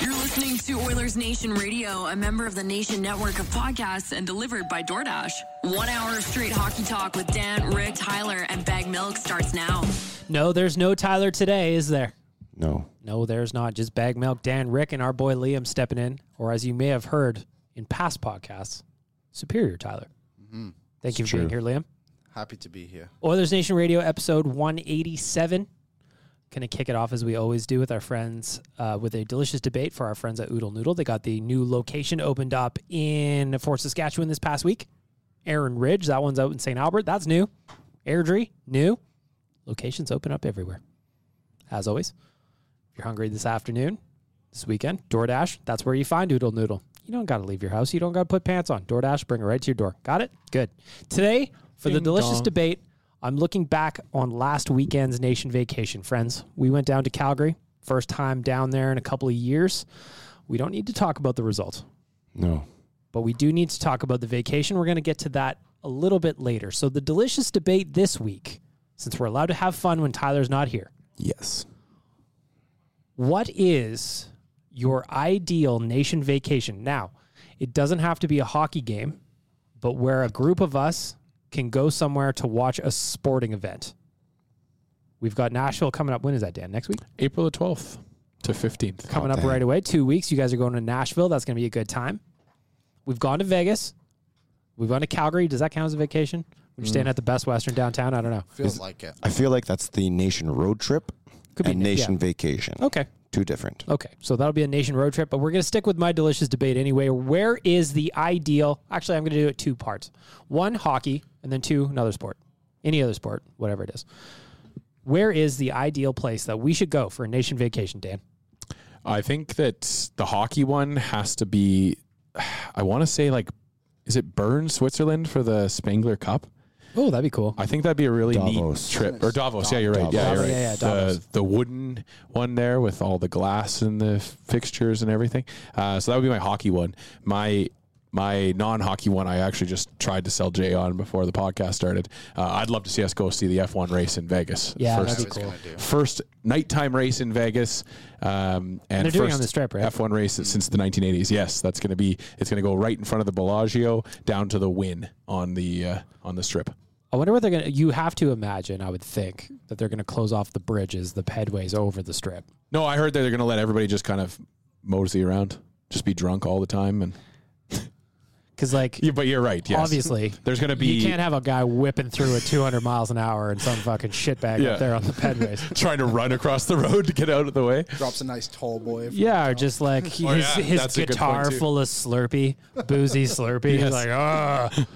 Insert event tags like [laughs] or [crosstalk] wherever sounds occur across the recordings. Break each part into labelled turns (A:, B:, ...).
A: You're listening to Oilers Nation Radio, a member of the Nation Network of podcasts and delivered by DoorDash. One hour of straight hockey talk with Dan, Rick, Tyler, and Bag Milk starts now.
B: No, there's no Tyler today, is there?
C: No.
B: No, there's not. Just Bag Milk, Dan, Rick, and our boy Liam stepping in, or as you may have heard in past podcasts, Superior Tyler. Thank you for being here, Liam.
D: Mm-hmm. Happy to be here.
B: Oilers Nation Radio, episode 187. Going to kick it off as we always do with our friends, uh, with a delicious debate for our friends at Oodle Noodle. They got the new location opened up in Fort Saskatchewan this past week. Aaron Ridge, that one's out in St. Albert. That's new. Airdrie, new. Locations open up everywhere. As always, if you're hungry this afternoon, this weekend, DoorDash, that's where you find Oodle Noodle. You don't got to leave your house. You don't got to put pants on. DoorDash, bring it right to your door. Got it? Good. Today, for the delicious debate, I'm looking back on last weekend's nation vacation, friends. We went down to Calgary, first time down there in a couple of years. We don't need to talk about the results
C: No.
B: but we do need to talk about the vacation. We're going to get to that a little bit later. So, the delicious debate this week, since we're allowed to have fun when Tyler's not here,
C: Yes.
B: what is your ideal nation vacation? Now, it doesn't have to be a hockey game, but where a group of us can go somewhere to watch a sporting event. We've got Nashville coming up. When is that, Dan? Next week?
E: April the 12th to 15th.
B: coming up
C: Oh, dang.
B: right away. Two weeks. You guys are going to Nashville. That's going to be a good time. We've gone to Vegas. We've gone to Calgary. Does that count as a vacation? We're staying
C: Mm.
B: at the Best Western downtown. I don't know.
D: Feels like it.
C: I feel like that's the nation road trip
B: Could be
C: and
B: na- yeah.
C: nation vacation.
B: Okay.
C: Two different.
B: Okay. So that'll be a nation road trip, but we're going to stick with my delicious debate anyway. Where is the ideal? Actually, I'm going to do it two parts one, hockey, and then two, another sport. Any other sport, whatever it is. Where is the ideal place that we should go for a nation vacation, Dan?
E: I think that the hockey one has to be, [sighs] I want to say, like, is it Bern, Switzerland for the Spangler Cup?
B: Oh, that'd be cool.
E: I think that'd be a really
C: Davos.
E: neat trip. Or Davos. Yeah, you're right. Yeah,
B: Davos.
E: you're right.
B: Yeah, yeah, Davos.
E: the, the wooden one there with all the glass and the f- fixtures and everything. Uh, so that would be my hockey one. My my non-hockey one, I actually just tried to sell Jay on before the podcast started. Uh, I'd love to see us go see the F1 race in Vegas.
B: Yeah,
E: first,
B: that'd be cool.
E: first nighttime race in Vegas, um, and
B: They're doing it
E: first
B: on this trip, right?
E: F1 race since the 1980s. Yes, that's going to be. It's going to go right in front of the Bellagio, down to the win on the uh, on the strip.
B: I wonder what they're gonna. You have to imagine, I would think, that they're gonna close off the bridges, the headways over the strip.
E: No, I heard that they're going to let everybody just kind of mosey around, just be drunk all the time, and
B: Because like
E: Yeah, but you're right. Yes.
B: obviously,
E: there's going to be
B: you can't have a guy whipping through at 200 miles an hour and some fucking shitbag
E: Yeah.
B: up there on the ped
E: [laughs]
B: race.
E: trying to run across the road to get out of the way.
F: Drops a nice tall boy. from
B: Yeah,
F: the
B: or
F: top.
B: just like his,
E: Oh, yeah,
B: his
E: that's a good point,
B: guitar
E: too.
B: full of Slurpee, boozy Slurpee.
E: Yes.
B: Like, ah,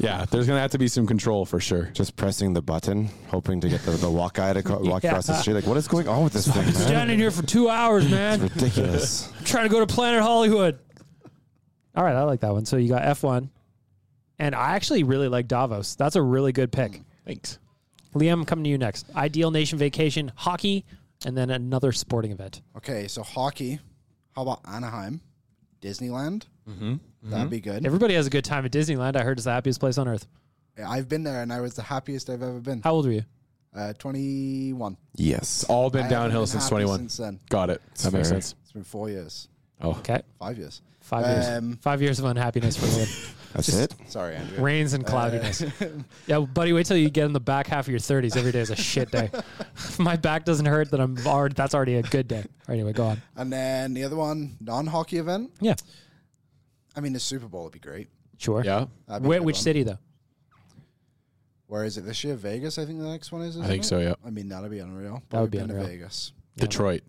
E: Yeah, there's going to have to be some control for sure.
A: Just pressing the button, hoping to get the, the walk guy to co- walk across the street. Like, what is going on with this thing,
B: I was
A: man?
B: down in here for two hours, man.
A: Ridiculous.
B: [laughs] trying to go to Planet Hollywood. All right, I like that one. So you got F1. And I actually really like Davos. That's a really good pick.
E: Thanks.
B: Liam, I'm coming to you next. Ideal nation vacation, hockey, and then another sporting event.
F: Okay, so hockey. How about Anaheim? Disneyland? Mm-hmm. That'd be good.
B: Everybody has a good time at Disneyland. I heard it's the happiest place on earth.
F: I've been there and I was the happiest I've ever been.
B: How old were you?
F: Uh, 21.
A: yes.
E: All
F: I
E: been
F: haven't
E: downhill
F: been
E: since
F: happy
E: 21.
F: since then.
E: Got it. That makes
A: fair.
E: sense.
F: It's been four years,
E: Oh,
B: Okay.
F: five years.
B: Five years.
F: Um,
B: Five years of unhappiness for Liam.
A: [laughs] That's it.
F: Sorry, Andrew. Uh,
B: Rains and
F: [laughs]
B: cloudiness. yeah, buddy, wait till you get in the back half of your 30s. Every day is a
F: [laughs]
B: shit day. if my back doesn't hurt, then I'm already, that's already a good day. Anyway, go on.
F: And then the other one, non hockey event.
B: Yeah.
F: I mean, the Super Bowl would be great.
B: Sure.
E: yeah.
F: That'd be a
B: Where,
F: good
B: which
F: one.
B: city, though?
F: Where is it this year? Vegas, I think the next one is.
E: I think so, yeah.
F: I mean, that'd be unreal. But
B: That would be
F: we've been
B: unreal.
F: to Vegas.
E: Detroit.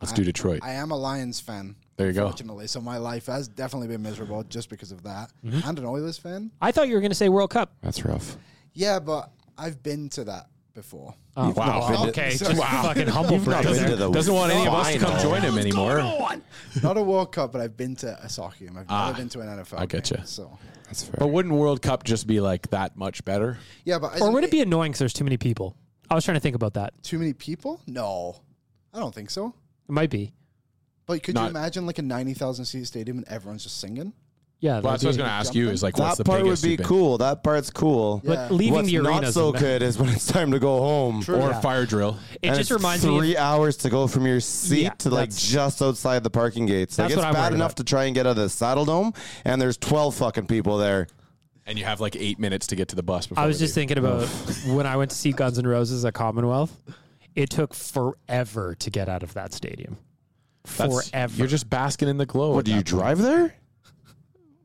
E: Let's do Detroit.
F: I am a Lions fan.
E: There you go.
F: Unfortunately, so my life has definitely been miserable just because of that.
B: Mm-hmm.
F: And an Oilers fan.
B: I thought you were going to say World Cup.
A: That's rough.
F: Yeah, but I've been to that before.
B: Oh,
A: wow. been to-
B: Okay, just
E: [laughs]
B: fucking humble brag
A: been
B: there.
A: to the
E: Doesn't want any of us to come
A: final.
E: join him anymore.
F: Not a World Cup, but I've been to a soccer game. I've never been to an NFL.
E: Ah, I getcha.
F: game, So
A: That's fair.
E: But wouldn't World Cup just be like that much better?
F: yeah, but
B: Or
F: isn't
B: would it be annoying because there's too many people? I was trying to think about that.
F: too many people? No, I don't think so.
B: It might be.
F: But could you
E: Not-
F: imagine like a ninety thousand seat stadium and everyone's just singing?
B: Yeah,
E: Well, that's what I was going to ask you is like, what's the
A: that part would
E: biggest
A: be
E: you've been-
A: cool. That part's cool.
B: But leaving
A: What's
B: the arena
A: not so good is when it's time to go home.
E: Or a fire drill.
B: It
A: And it's
B: just reminds
A: three
B: me. of-
A: hours to go from your seat
B: Yeah,
A: to like
B: that's-
A: just outside the parking gates. Like
B: That's
A: it's
B: what I'm
A: bad
B: worried
A: enough
B: about.
A: to try and get out of the saddle dome, and there's twelve fucking people there.
E: And you have like eight minutes to get to the bus before
B: I was
E: we
B: just
E: leave.
B: thinking
A: [laughs]
B: about when I went to see Guns N' Roses at Commonwealth. It took forever to get out of that stadium.
E: That's-
B: Forever.
E: You're just basking in the glow.
A: What
E: at
A: do
E: that
A: you
E: point.
A: drive there?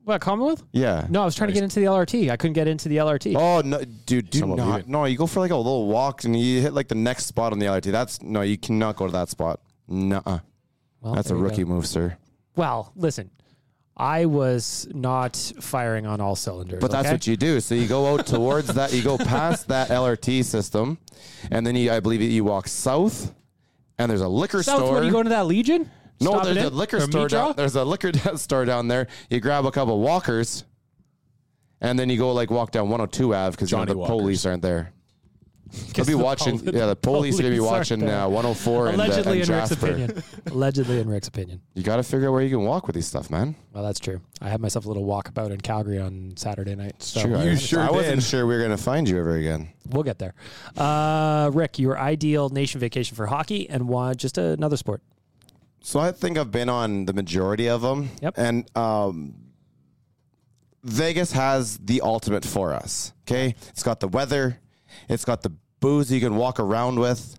B: what Commonwealth?
A: Yeah.
B: No, I was trying to get into the LRT. I couldn't get into the LRT.
A: Oh no, dude! Do
E: Some will leave
A: not.
E: it.
A: No, you go for like a little walk and you hit like the next spot on the LRT. That's no, you cannot go to that spot. Nuh-uh.
B: Well,
A: That's a
B: there you go.
A: rookie move, sir.
B: Well, listen, I was not firing on all cylinders.
A: But that's
B: okay?
A: what you do. So you go out towards that. You go past that LRT system, and then you, I believe, you walk south, and there's a liquor
B: South
A: store.
B: when you go into that Legion.
A: no,
B: Stop
A: there's
B: it
A: a
B: in?
A: liquor
B: Or
A: store
B: Mitra?
A: down. There's a liquor store down there. You grab a couple walkers, and then you go like walk down 102 Ave because you know,
E: Johnny
A: the
E: Walkers.
A: police aren't there. They'll
B: Because
A: be
B: the
A: watching.
B: poli-
A: yeah, the police, are gonna be
B: police aren't
A: watching
B: there.
A: uh, 104 and, uh,
B: Allegedly,
A: and
B: in Rick's
A: Jasper.
B: opinion. Allegedly, in Rick's opinion.
A: [laughs] You got to figure out where you can walk with these stuff, man.
B: Well, that's true. I had myself a little walkabout in Calgary on Saturday night. So
A: I,
E: sure
A: I wasn't
E: did.
A: sure we were gonna find you ever again.
B: we'll get there. Uh, Rick, your ideal nation vacation for hockey and why just another sport?
A: So I think I've been on the majority of them.
B: Yep.
A: And um, Vegas has the ultimate for us. Okay. It's got the weather. It's got the booze you can walk around with.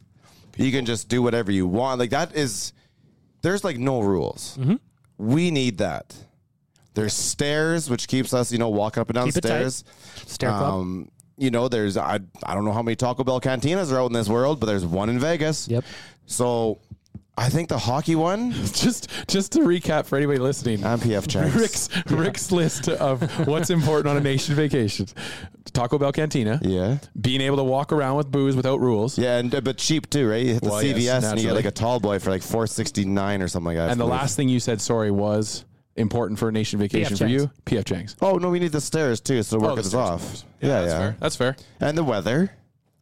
A: You can just do whatever you want. Like that is, there's like no rules.
B: Mm-hmm.
A: We need that. There's stairs, which keeps us, you know, walking up and down
B: Keep it tight.
A: stairs.
B: Stair club.
A: Um, you know, there's I I don't know how many Taco Bell cantinas are out in this world, but there's one in Vegas.
B: Yep.
A: So I think the hockey one,
E: [laughs] just just to recap for anybody listening.
A: I'm PF Chang.
E: Rick's Rick's list of what's important on a nation vacation: Taco Bell cantina,
A: Yeah.
E: being able to walk around with booze without rules,
A: Yeah, and uh, but cheap too, right? You hit the
E: Well,
A: CVS
E: yes,
A: and you get
E: naturally.
A: like a tall boy for like four sixty nine or something like that. I
E: and the
A: believe.
E: last thing you said, sorry, was important for a nation vacation for
B: Chang's.
E: you. PF Chang's.
A: Oh no, we need the stairs too, so
E: Oh,
A: work
E: the
A: this
E: stairs,
A: off.
E: course.
A: Yeah, yeah.
E: that's fair. That's fair.
A: And the weather.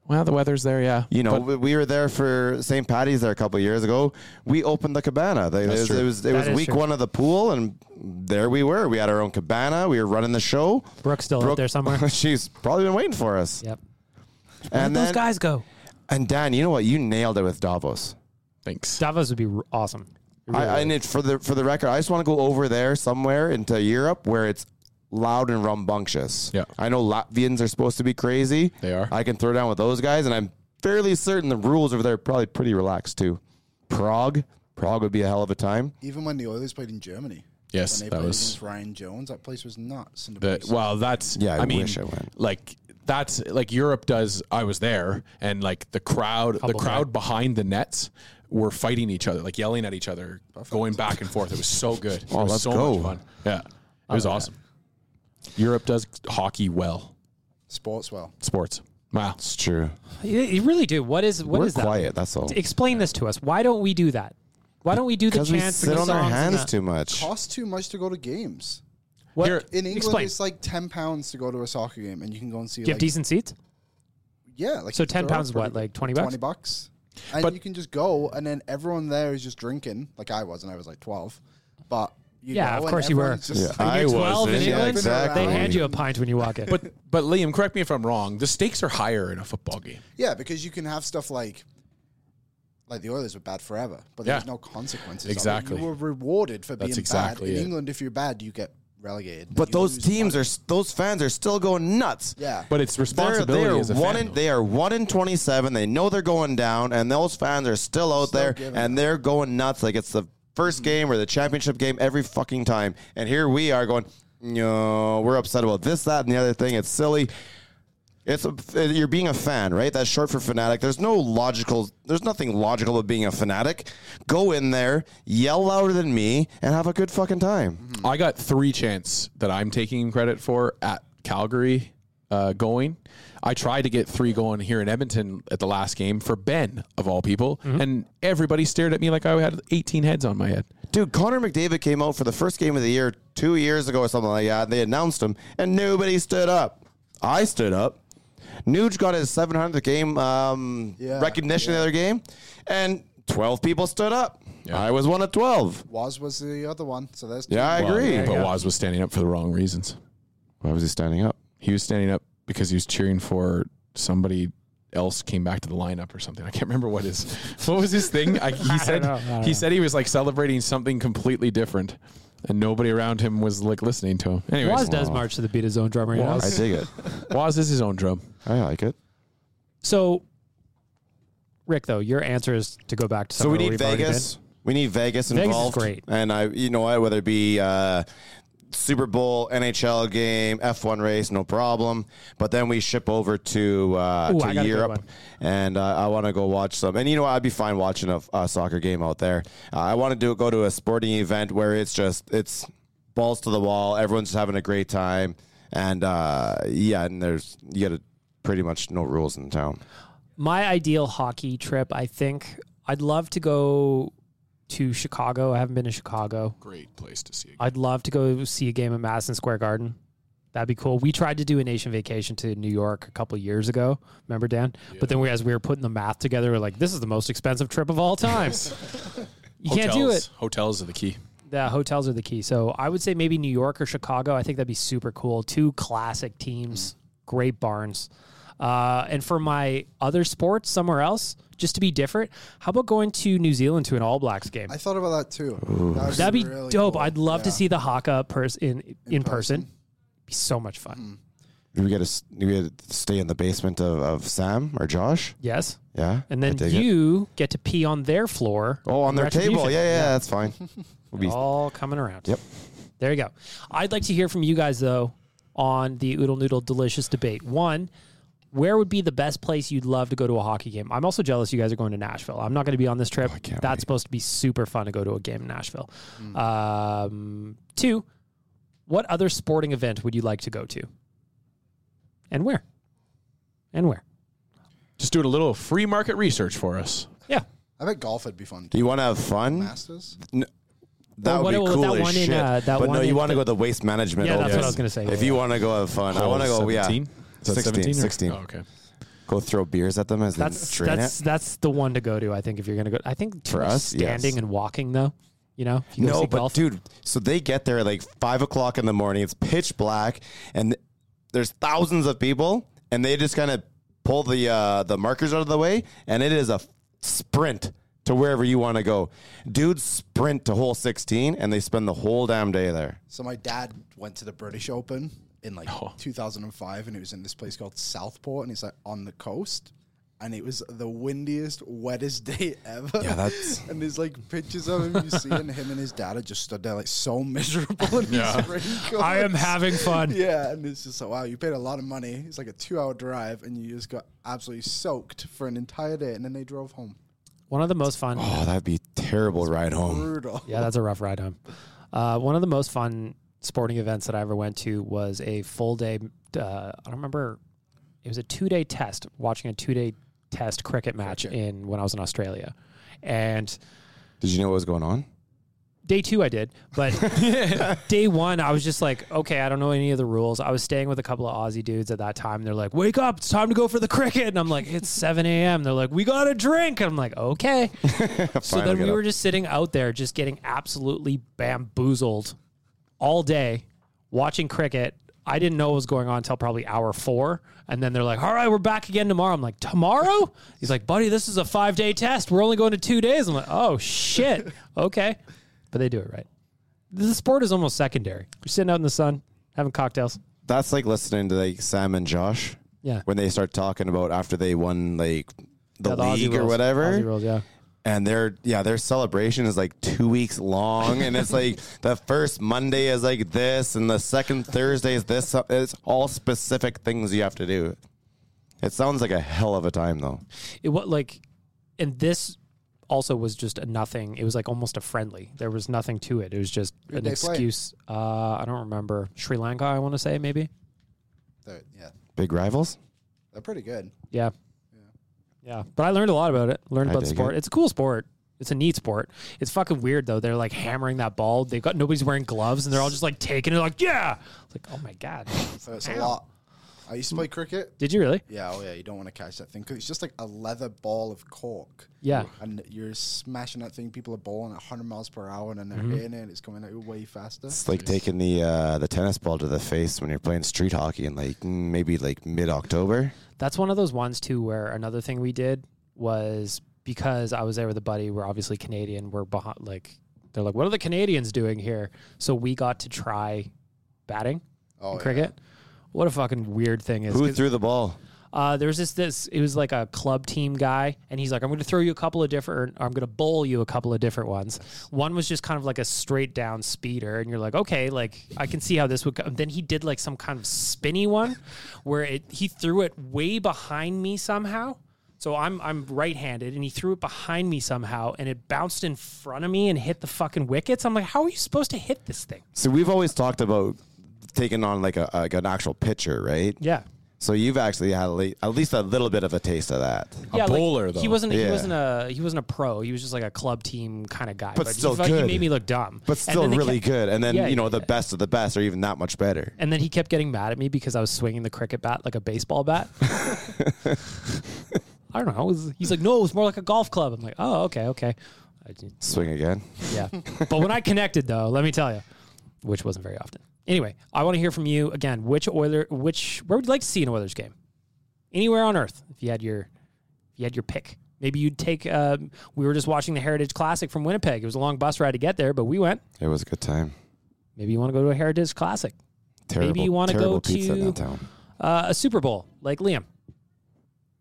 E: Well, the weather's there, yeah.
A: You know,
E: But
A: we- we were there for St. Patty's there a couple years ago. We opened the cabana. They, it was,
E: true.
A: it was it
B: That
A: was
B: is
A: week
B: true.
A: one of the pool, and there we were. We had our own cabana. We were running the show.
B: Brooke's still out there somewhere.
A: [laughs] She's probably been waiting for us.
B: yep.
A: And
B: Those
A: then-
B: guys go.
A: And Dan, you know what? You nailed it with Davos.
E: thanks.
B: Davos would be r- awesome.
A: I, I need for the for the record. I just want to go over there somewhere into Europe where it's loud and rambunctious.
E: Yeah.
A: I know Latvians are supposed to be crazy.
E: They are.
A: I can throw down with those guys, and I'm fairly certain the rules over there are probably pretty relaxed too. Prague, Prague would be a hell of a time.
F: Even when the Oilers played in Germany,
E: Yes,
F: when they
E: that
F: played
E: was-
F: against Ryan Jones. That place was not Cinder
E: The,
F: Place.
E: well, that's
A: Yeah, I
E: mean,
A: wish I went.
E: Like that's like Europe does. I was there, and like the crowd, the
B: Couple
E: crowd behind the nets were fighting each other, like yelling at each other, going back and
A: [laughs]
E: forth. It was so good.
A: Oh,
E: it was
A: let's
E: so
A: go.
E: much fun. Yeah, it was awesome. Europe does hockey well.
F: Sports well.
E: Sports. Wow.
A: It's true.
B: You, you really do. What is what
A: We're
B: is that?
A: quiet, that's all.
B: Explain this to us. Why don't we do that? Why don't we do the
A: Because we
B: chants and
A: sit
B: the
A: on our
B: songs and
A: hands
B: the-
A: too much.
F: Costs too much to go to games.
B: What?
E: Here-
F: In England,
B: Explain.
F: it's like ten pounds to go to a soccer game, and you can go and see.
B: do you have
F: like,
B: decent seats?
F: Yeah, like
B: So 10
F: they're all
B: pounds, what,
F: pretty good.
B: like 20 bucks?
F: Twenty bucks, and
E: But-
F: you can just go, and then everyone there is just drinking, like I was, and I was like twelve, but you
B: Yeah,
F: go,
B: of
F: and
B: course you were.
F: everyone's just- [laughs]
A: Yeah, I
B: You're 12 in
A: wasn't. Yeah,
B: England.
A: exactly.
B: They hand you a pint when you walk in.
E: But but Liam, correct me if I'm wrong. The stakes are higher in a football game.
F: yeah, because you can have stuff like. Like the Oilers were bad forever, but there
E: Yeah.
F: was no consequences. of it.
E: Exactly.
F: you were rewarded for being
E: That's exactly
F: bad. In
E: it.
F: England, if you're bad, you get relegated.
A: But those teams are s- those fans are still going nuts.
F: yeah,
E: But it's
A: They're,
E: responsibility
A: they are
E: as a
A: one
E: fan,
A: in,
E: though.
A: they are one in twenty seven. They know they're going down, and those fans are still out there, and they're going nuts. Like it's the first game or the championship game every fucking time. And here we are going, no, we're upset about this, that, and the other thing. It's silly. It's a, you're being a fan, right? That's short for fanatic. There's no logical. There's nothing logical about being a fanatic. Go in there, yell louder than me, and have a good fucking time.
E: I got three chants that I'm taking credit for at Calgary uh, going. I tried to get three going here in Edmonton at the last game for Ben of all people,
B: Mm-hmm.
E: and everybody stared at me like I had 18 heads on my head.
A: Dude, Connor McDavid came out for the first game of the year two years ago or something like that. They announced him, and nobody stood up. I stood up. Nuge got his 700th game um,
F: Yeah,
A: recognition the other game, and 12 people stood up. I was one of 12.
F: was was the other one. So there's two.
A: Yeah, I agree.
E: But Waz was standing up for the wrong reasons.
A: Why was he standing up?
E: He was standing up because he was cheering for somebody else came back to the lineup or something. I can't remember what his what was his thing. I, he said
B: know. [laughs] I don't
E: he
B: know.
E: said he was like celebrating something completely different, and nobody around him was like listening to him. Anyways,
B: Waz does march to the beat of his own drummer. you know?
A: I dig it.
E: [laughs] Waz is his own drum.
A: I like it.
B: So, Rick, though, your answer is to go back to
A: So we
B: somewhere
A: need
B: we've already
A: Vegas. We need Vegas
B: is
A: involved.
B: great.
A: And I, you know what, whether it be uh, Super Bowl, NHL game, F1 race, no problem. But then we ship over to uh,
B: Ooh, I got a
A: to
B: good
A: Europe,
B: one.
A: and uh, I want to go watch some. And you know, what, I'd be fine watching a, a soccer game out there. Uh, I want to do go to a sporting event where it's just it's balls to the wall. Everyone's just having a great time, and uh, yeah, and there's you got pretty much no rules in town.
B: my ideal hockey trip, I think I'd love to go to Chicago. I haven't been to Chicago.
E: Great place to see.
B: I'd love to go see a game at Madison Square Garden. That'd be cool. We tried to do a nation vacation to New York a couple years ago. Remember, Dan? But then we, as we were putting the math together, we're like, this is the most expensive trip of all time. you can't do it.
E: Hotels are the key.
B: The hotels are the key. So I would say maybe New York or Chicago. I think that'd be super cool. Two classic teams, great barns. Uh, and for my other sports, somewhere else, just to be different, how about going to New Zealand to an All Blacks game?
F: I thought about that too. That would
B: That'd be
F: really
B: dope.
F: cool.
B: I'd love to
F: Yeah.
B: see the Haka pers- in in, person. Be so much fun.
F: Mm-hmm.
A: We got to we got to stay in the basement of, of Sam or Josh.
B: Yes.
A: Yeah.
B: And
A: I
B: then
A: dig it.
B: you get to pee on their floor.
A: Oh, on
B: in
A: their table.
B: retribution.
A: Yeah, yeah, that's fine. We'll be
B: all coming around.
A: Yep.
B: There you go. I'd like to hear from you guys though on the Oodle Noodle Delicious debate. One, where would be the best place you'd love to go to a hockey game? I'm also jealous you guys are going to Nashville. I'm not going to be on this
A: Oh,
B: trip. That's supposed to be super fun to go to a game in Nashville.
A: Mm.
B: Um, two, what other sporting event would you like to go to? And where? And where?
E: Just doing a little free market research for us.
B: Yeah.
F: I bet golf would be fun
A: Do
F: too.
A: you want to have fun?
F: Masters.
A: That
B: Well,
A: would be
B: what-
A: cool
B: that
A: as
B: one in,
A: shit.
B: uh, that
A: but
B: one
A: no, you
B: in
A: want to
B: the-
A: go to waste management.
B: Yeah, that's
A: Open.
B: what I was gonna say.
A: If you want to go have fun, I want to go. Yeah,
E: 17? Is that
A: 16,
E: 17 or-
A: 16.
E: Oh, okay.
A: go throw beers at them as
B: That's
A: they drain
B: that's
A: it.
B: that's the one to go to. I think if you're going to go, I think too
A: For
B: much
A: us, yes.
B: standing and walking though. You know, if you go
A: No,
B: see
A: but
B: golf-
A: dude, so they get there at like five o'clock in the morning. It's pitch black, and there's thousands of people, and they just kind of pull the uh, the markers out of the way, and it is a sprint to wherever you want to go. Dudes sprint to hole sixteen, and they spend the whole damn day there.
F: So my dad went to the British Open
E: Oh.
F: in like 2005, and it was in this place called Southport, and it's like on the coast. and it was the windiest, wettest [laughs] day ever.
E: Yeah, that's-
F: [laughs] and there's like pictures of him you see, and him and his dad are just stood there like so [laughs] miserable in his raincoats.
B: I am having fun.
F: [laughs] Yeah, and it's just like wow, you paid a lot of money. It's like a two-hour drive, and you just got absolutely soaked for an entire day, and then they drove home.
B: One of the most fun.
E: Oh, that'd be a terrible ride home.
F: Brutal.
B: Yeah, that's a rough ride home. Uh, one of the most fun sporting events that I ever went to was a full day. Uh, I don't remember. It was a two day test, watching a two day test cricket match in when I was in Australia, and
E: Did you know what was going on?
B: day two I did, but
E: [laughs]
B: day one I was just like, okay, I don't know any of the rules. I was staying with a couple of Aussie dudes at that time. They're like, wake up, it's time to go for the cricket, and I'm like, it's seven a.m. They're like, we got a drink, and I'm like,
E: [laughs]
B: okay. so
E: Fine, I'll
B: then
E: get
B: we were
E: up.
B: just sitting out there, just getting absolutely bamboozled all day watching cricket. I didn't know what was going on until probably hour four. And then they're like, all right, we're back again tomorrow. I'm like, tomorrow? He's like, buddy, this is a five day test. We're only going to two days. I'm like, oh, shit. Okay. But they do it right. The sport is almost secondary. You're sitting out in the sun, having cocktails.
E: That's like listening to like Sam and Josh
B: Yeah.
E: when they start talking about after they won like
B: Yeah,
E: the,
B: Aussie
E: league or
B: rules.
E: whatever.
B: Aussie rules, yeah.
E: and their yeah their celebration is like two weeks long and it's like the first monday is like this and the second thursday is this it's all specific things you have to do it sounds like a hell of a time though
B: It was like, and this also was just a nothing. It was like almost a friendly. There was nothing to it. It was just an
F: they play?
B: excuse. Uh, I don't remember. Sri Lanka, I want to say, maybe.
F: They're, yeah,
E: big rivals
F: they're pretty good.
B: Yeah. Yeah. But I learned a lot about it. Learned
E: I
B: about the
E: dig
B: sport.
E: it.
B: It's a cool sport. It's a neat sport. It's fucking weird though. They're like hammering that ball. They've got nobody's wearing gloves and they're all just like taking it like, yeah. It's like, oh my God.
F: So it's a lot. I used to play cricket.
B: Did you really?
F: Yeah, oh yeah, you don't want to catch that thing because it's just like a leather ball of cork.
B: Yeah.
F: and you're smashing that thing. People are bowling at 100 miles per hour, and then they're hitting it. It's coming out way faster.
E: it's like taking the uh, the tennis ball to the face when you're playing street hockey in like mm, maybe like mid-october
B: That's one of those ones too where another thing we did was because I was there with a buddy, we're obviously Canadian, we're behind like they're like, What are the Canadians doing here? So we got to try batting in cricket. What a fucking weird thing is
E: who
B: 'cause-
E: threw the ball
B: Uh, there was this this it was like a club team guy, and he's like, "I'm going to throw you a couple of different, or I'm going to bowl you a couple of different ones." One was just kind of like a straight down speeder, and you're like, "Okay, like I can see how this would go." And then he did like some kind of spinny one, where it he threw it way behind me somehow. So I'm I'm right-handed, and he threw it behind me somehow, and it bounced in front of me and hit the fucking wickets. I'm like, "How are you supposed to hit this thing?"
E: so we've always talked about taking on like a like an actual pitcher right
B: Yeah.
E: so you've actually had le- at least a little bit of a taste of that
A: A
B: like,
A: bowler, though.
B: He wasn't. He
E: Yeah.
B: wasn't a. He wasn't a pro. He was just like a club team kind of guy.
E: But
B: he,
E: still
B: fuck- he
E: good.
B: made me look dumb.
E: but
B: And
E: still
B: then they
E: really
B: kept-
E: good. And then
B: Yeah,
E: you know
B: yeah,
E: the
B: yeah.
E: best of the best are even that much better.
B: And then he kept getting mad at me because I was swinging the cricket bat like a baseball
E: [laughs]
B: bat. I don't know. It was- he's like, no, it was more like a golf club. I'm like, oh, okay, okay. I did-
E: Swing again.
B: yeah. [laughs] but when I connected, though, let me tell you, which wasn't very often. Anyway, I want to hear from you again. Which Oiler? Which where would you like to see an Oilers game? Anywhere on Earth, if you had your, if you had your pick. Maybe you'd take. Um, we were just watching the Heritage Classic from Winnipeg. It was a long bus ride to get there, but we went.
E: It was a good time.
B: Maybe you want to go to a Heritage Classic,
E: Terrible,
B: you wanna go
E: terrible pizza in
B: to-
E: that town.
B: uh, a Super Bowl, like Liam.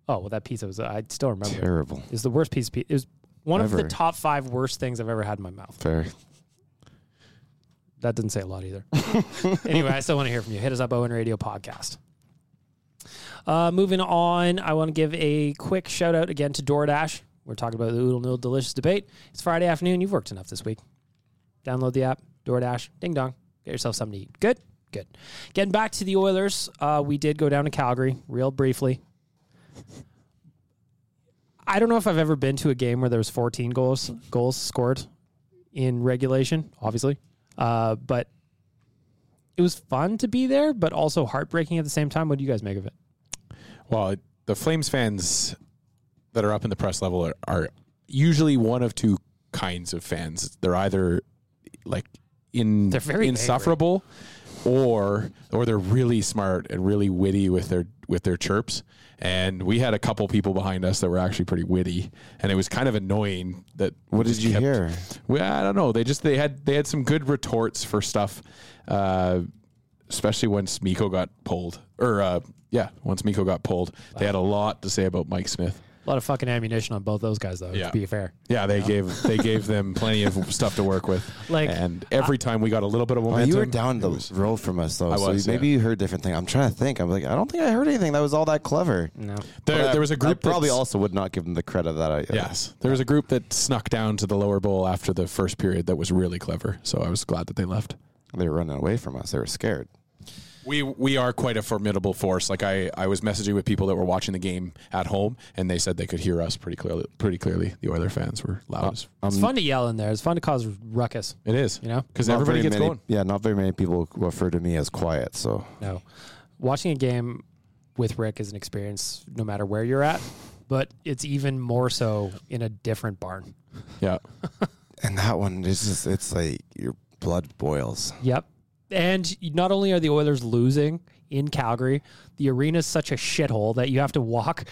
B: Oh well, that pizza was. I still remember. it.
E: Terrible.
B: It was the worst piece of pizza. It was one of
E: Ever.
B: the top five worst things I've ever had in my mouth.
E: Fair.
B: That didn't say a lot either. [laughs] anyway, I still want to hear from you. Hit us up, Owen Radio Podcast. Uh, moving on, I want to give a quick shout out again to DoorDash. We're talking about the Oodle Noodle Delicious Debate. It's Friday afternoon. You've worked enough this week. Download the app, DoorDash, ding dong. Get yourself something to eat. Good? Good. Getting back to the Oilers, uh, we did go down to Calgary real briefly. I don't know if I've ever been to a game where there was 14 goals goals scored in regulation, obviously. Uh, but it was fun to be there, but also heartbreaking at the same time. What do you guys make of it?
A: Well, it- the Flames fans that are up in the press level are, are usually one of two kinds of fans. They're either like in
B: They're very
A: insufferable, or or they're really smart and really witty with their with their chirps. And we had a couple people behind us that were actually pretty witty, and it was kind of annoying that.
E: What
A: we
E: did
A: just
E: you
A: kept-
E: hear?
A: Well, I don't know. They just they had they had some good retorts for stuff, uh, especially when Miko got pulled. Or uh, yeah, once Miko got pulled, they had a lot to say about Mike Smith.
B: A lot of fucking ammunition on both those guys, though.
E: Yeah.
B: To be fair,
E: Yeah, they gave they gave them plenty of stuff to work with.
B: Like,
E: and every time we got a little bit of
A: Well,
E: momentum,
A: you were down the road from us, though.
E: I
A: so
E: was,
A: you- maybe
E: yeah.
A: you heard different thing. I'm trying to think. I'm like, I don't think I heard anything that was all that clever.
B: no.
E: There,
A: But I-
E: there was a
A: I
E: group
A: probably
E: that's-
A: also would not give them the credit that I. uh,
E: Yes, there was a group that snuck down to the lower bowl after the first period that was really clever. So I was glad that they left.
A: They were running away from us. They were scared.
E: We we are quite a formidable force. Like I, I was messaging with people that were watching the game at home, and they said they could hear us pretty clearly. Pretty clearly, the Oiler fans were
A: Uh,
E: loud. as
A: um,
B: It's fun to yell in there. It's fun to cause ruckus.
E: it is,
B: You know?
E: because
A: Not
E: everybody
A: very
E: gets
A: many,
E: going.
A: Yeah, not very many people refer to me as quiet. So
B: No. Watching a game with Rick is an experience no matter where you're at, but it's even more so in a different barn.
E: Yeah,
A: and that one is just it's like your blood boils.
B: Yep. And not only are the Oilers losing in Calgary, the arena's such a shithole that you have to walk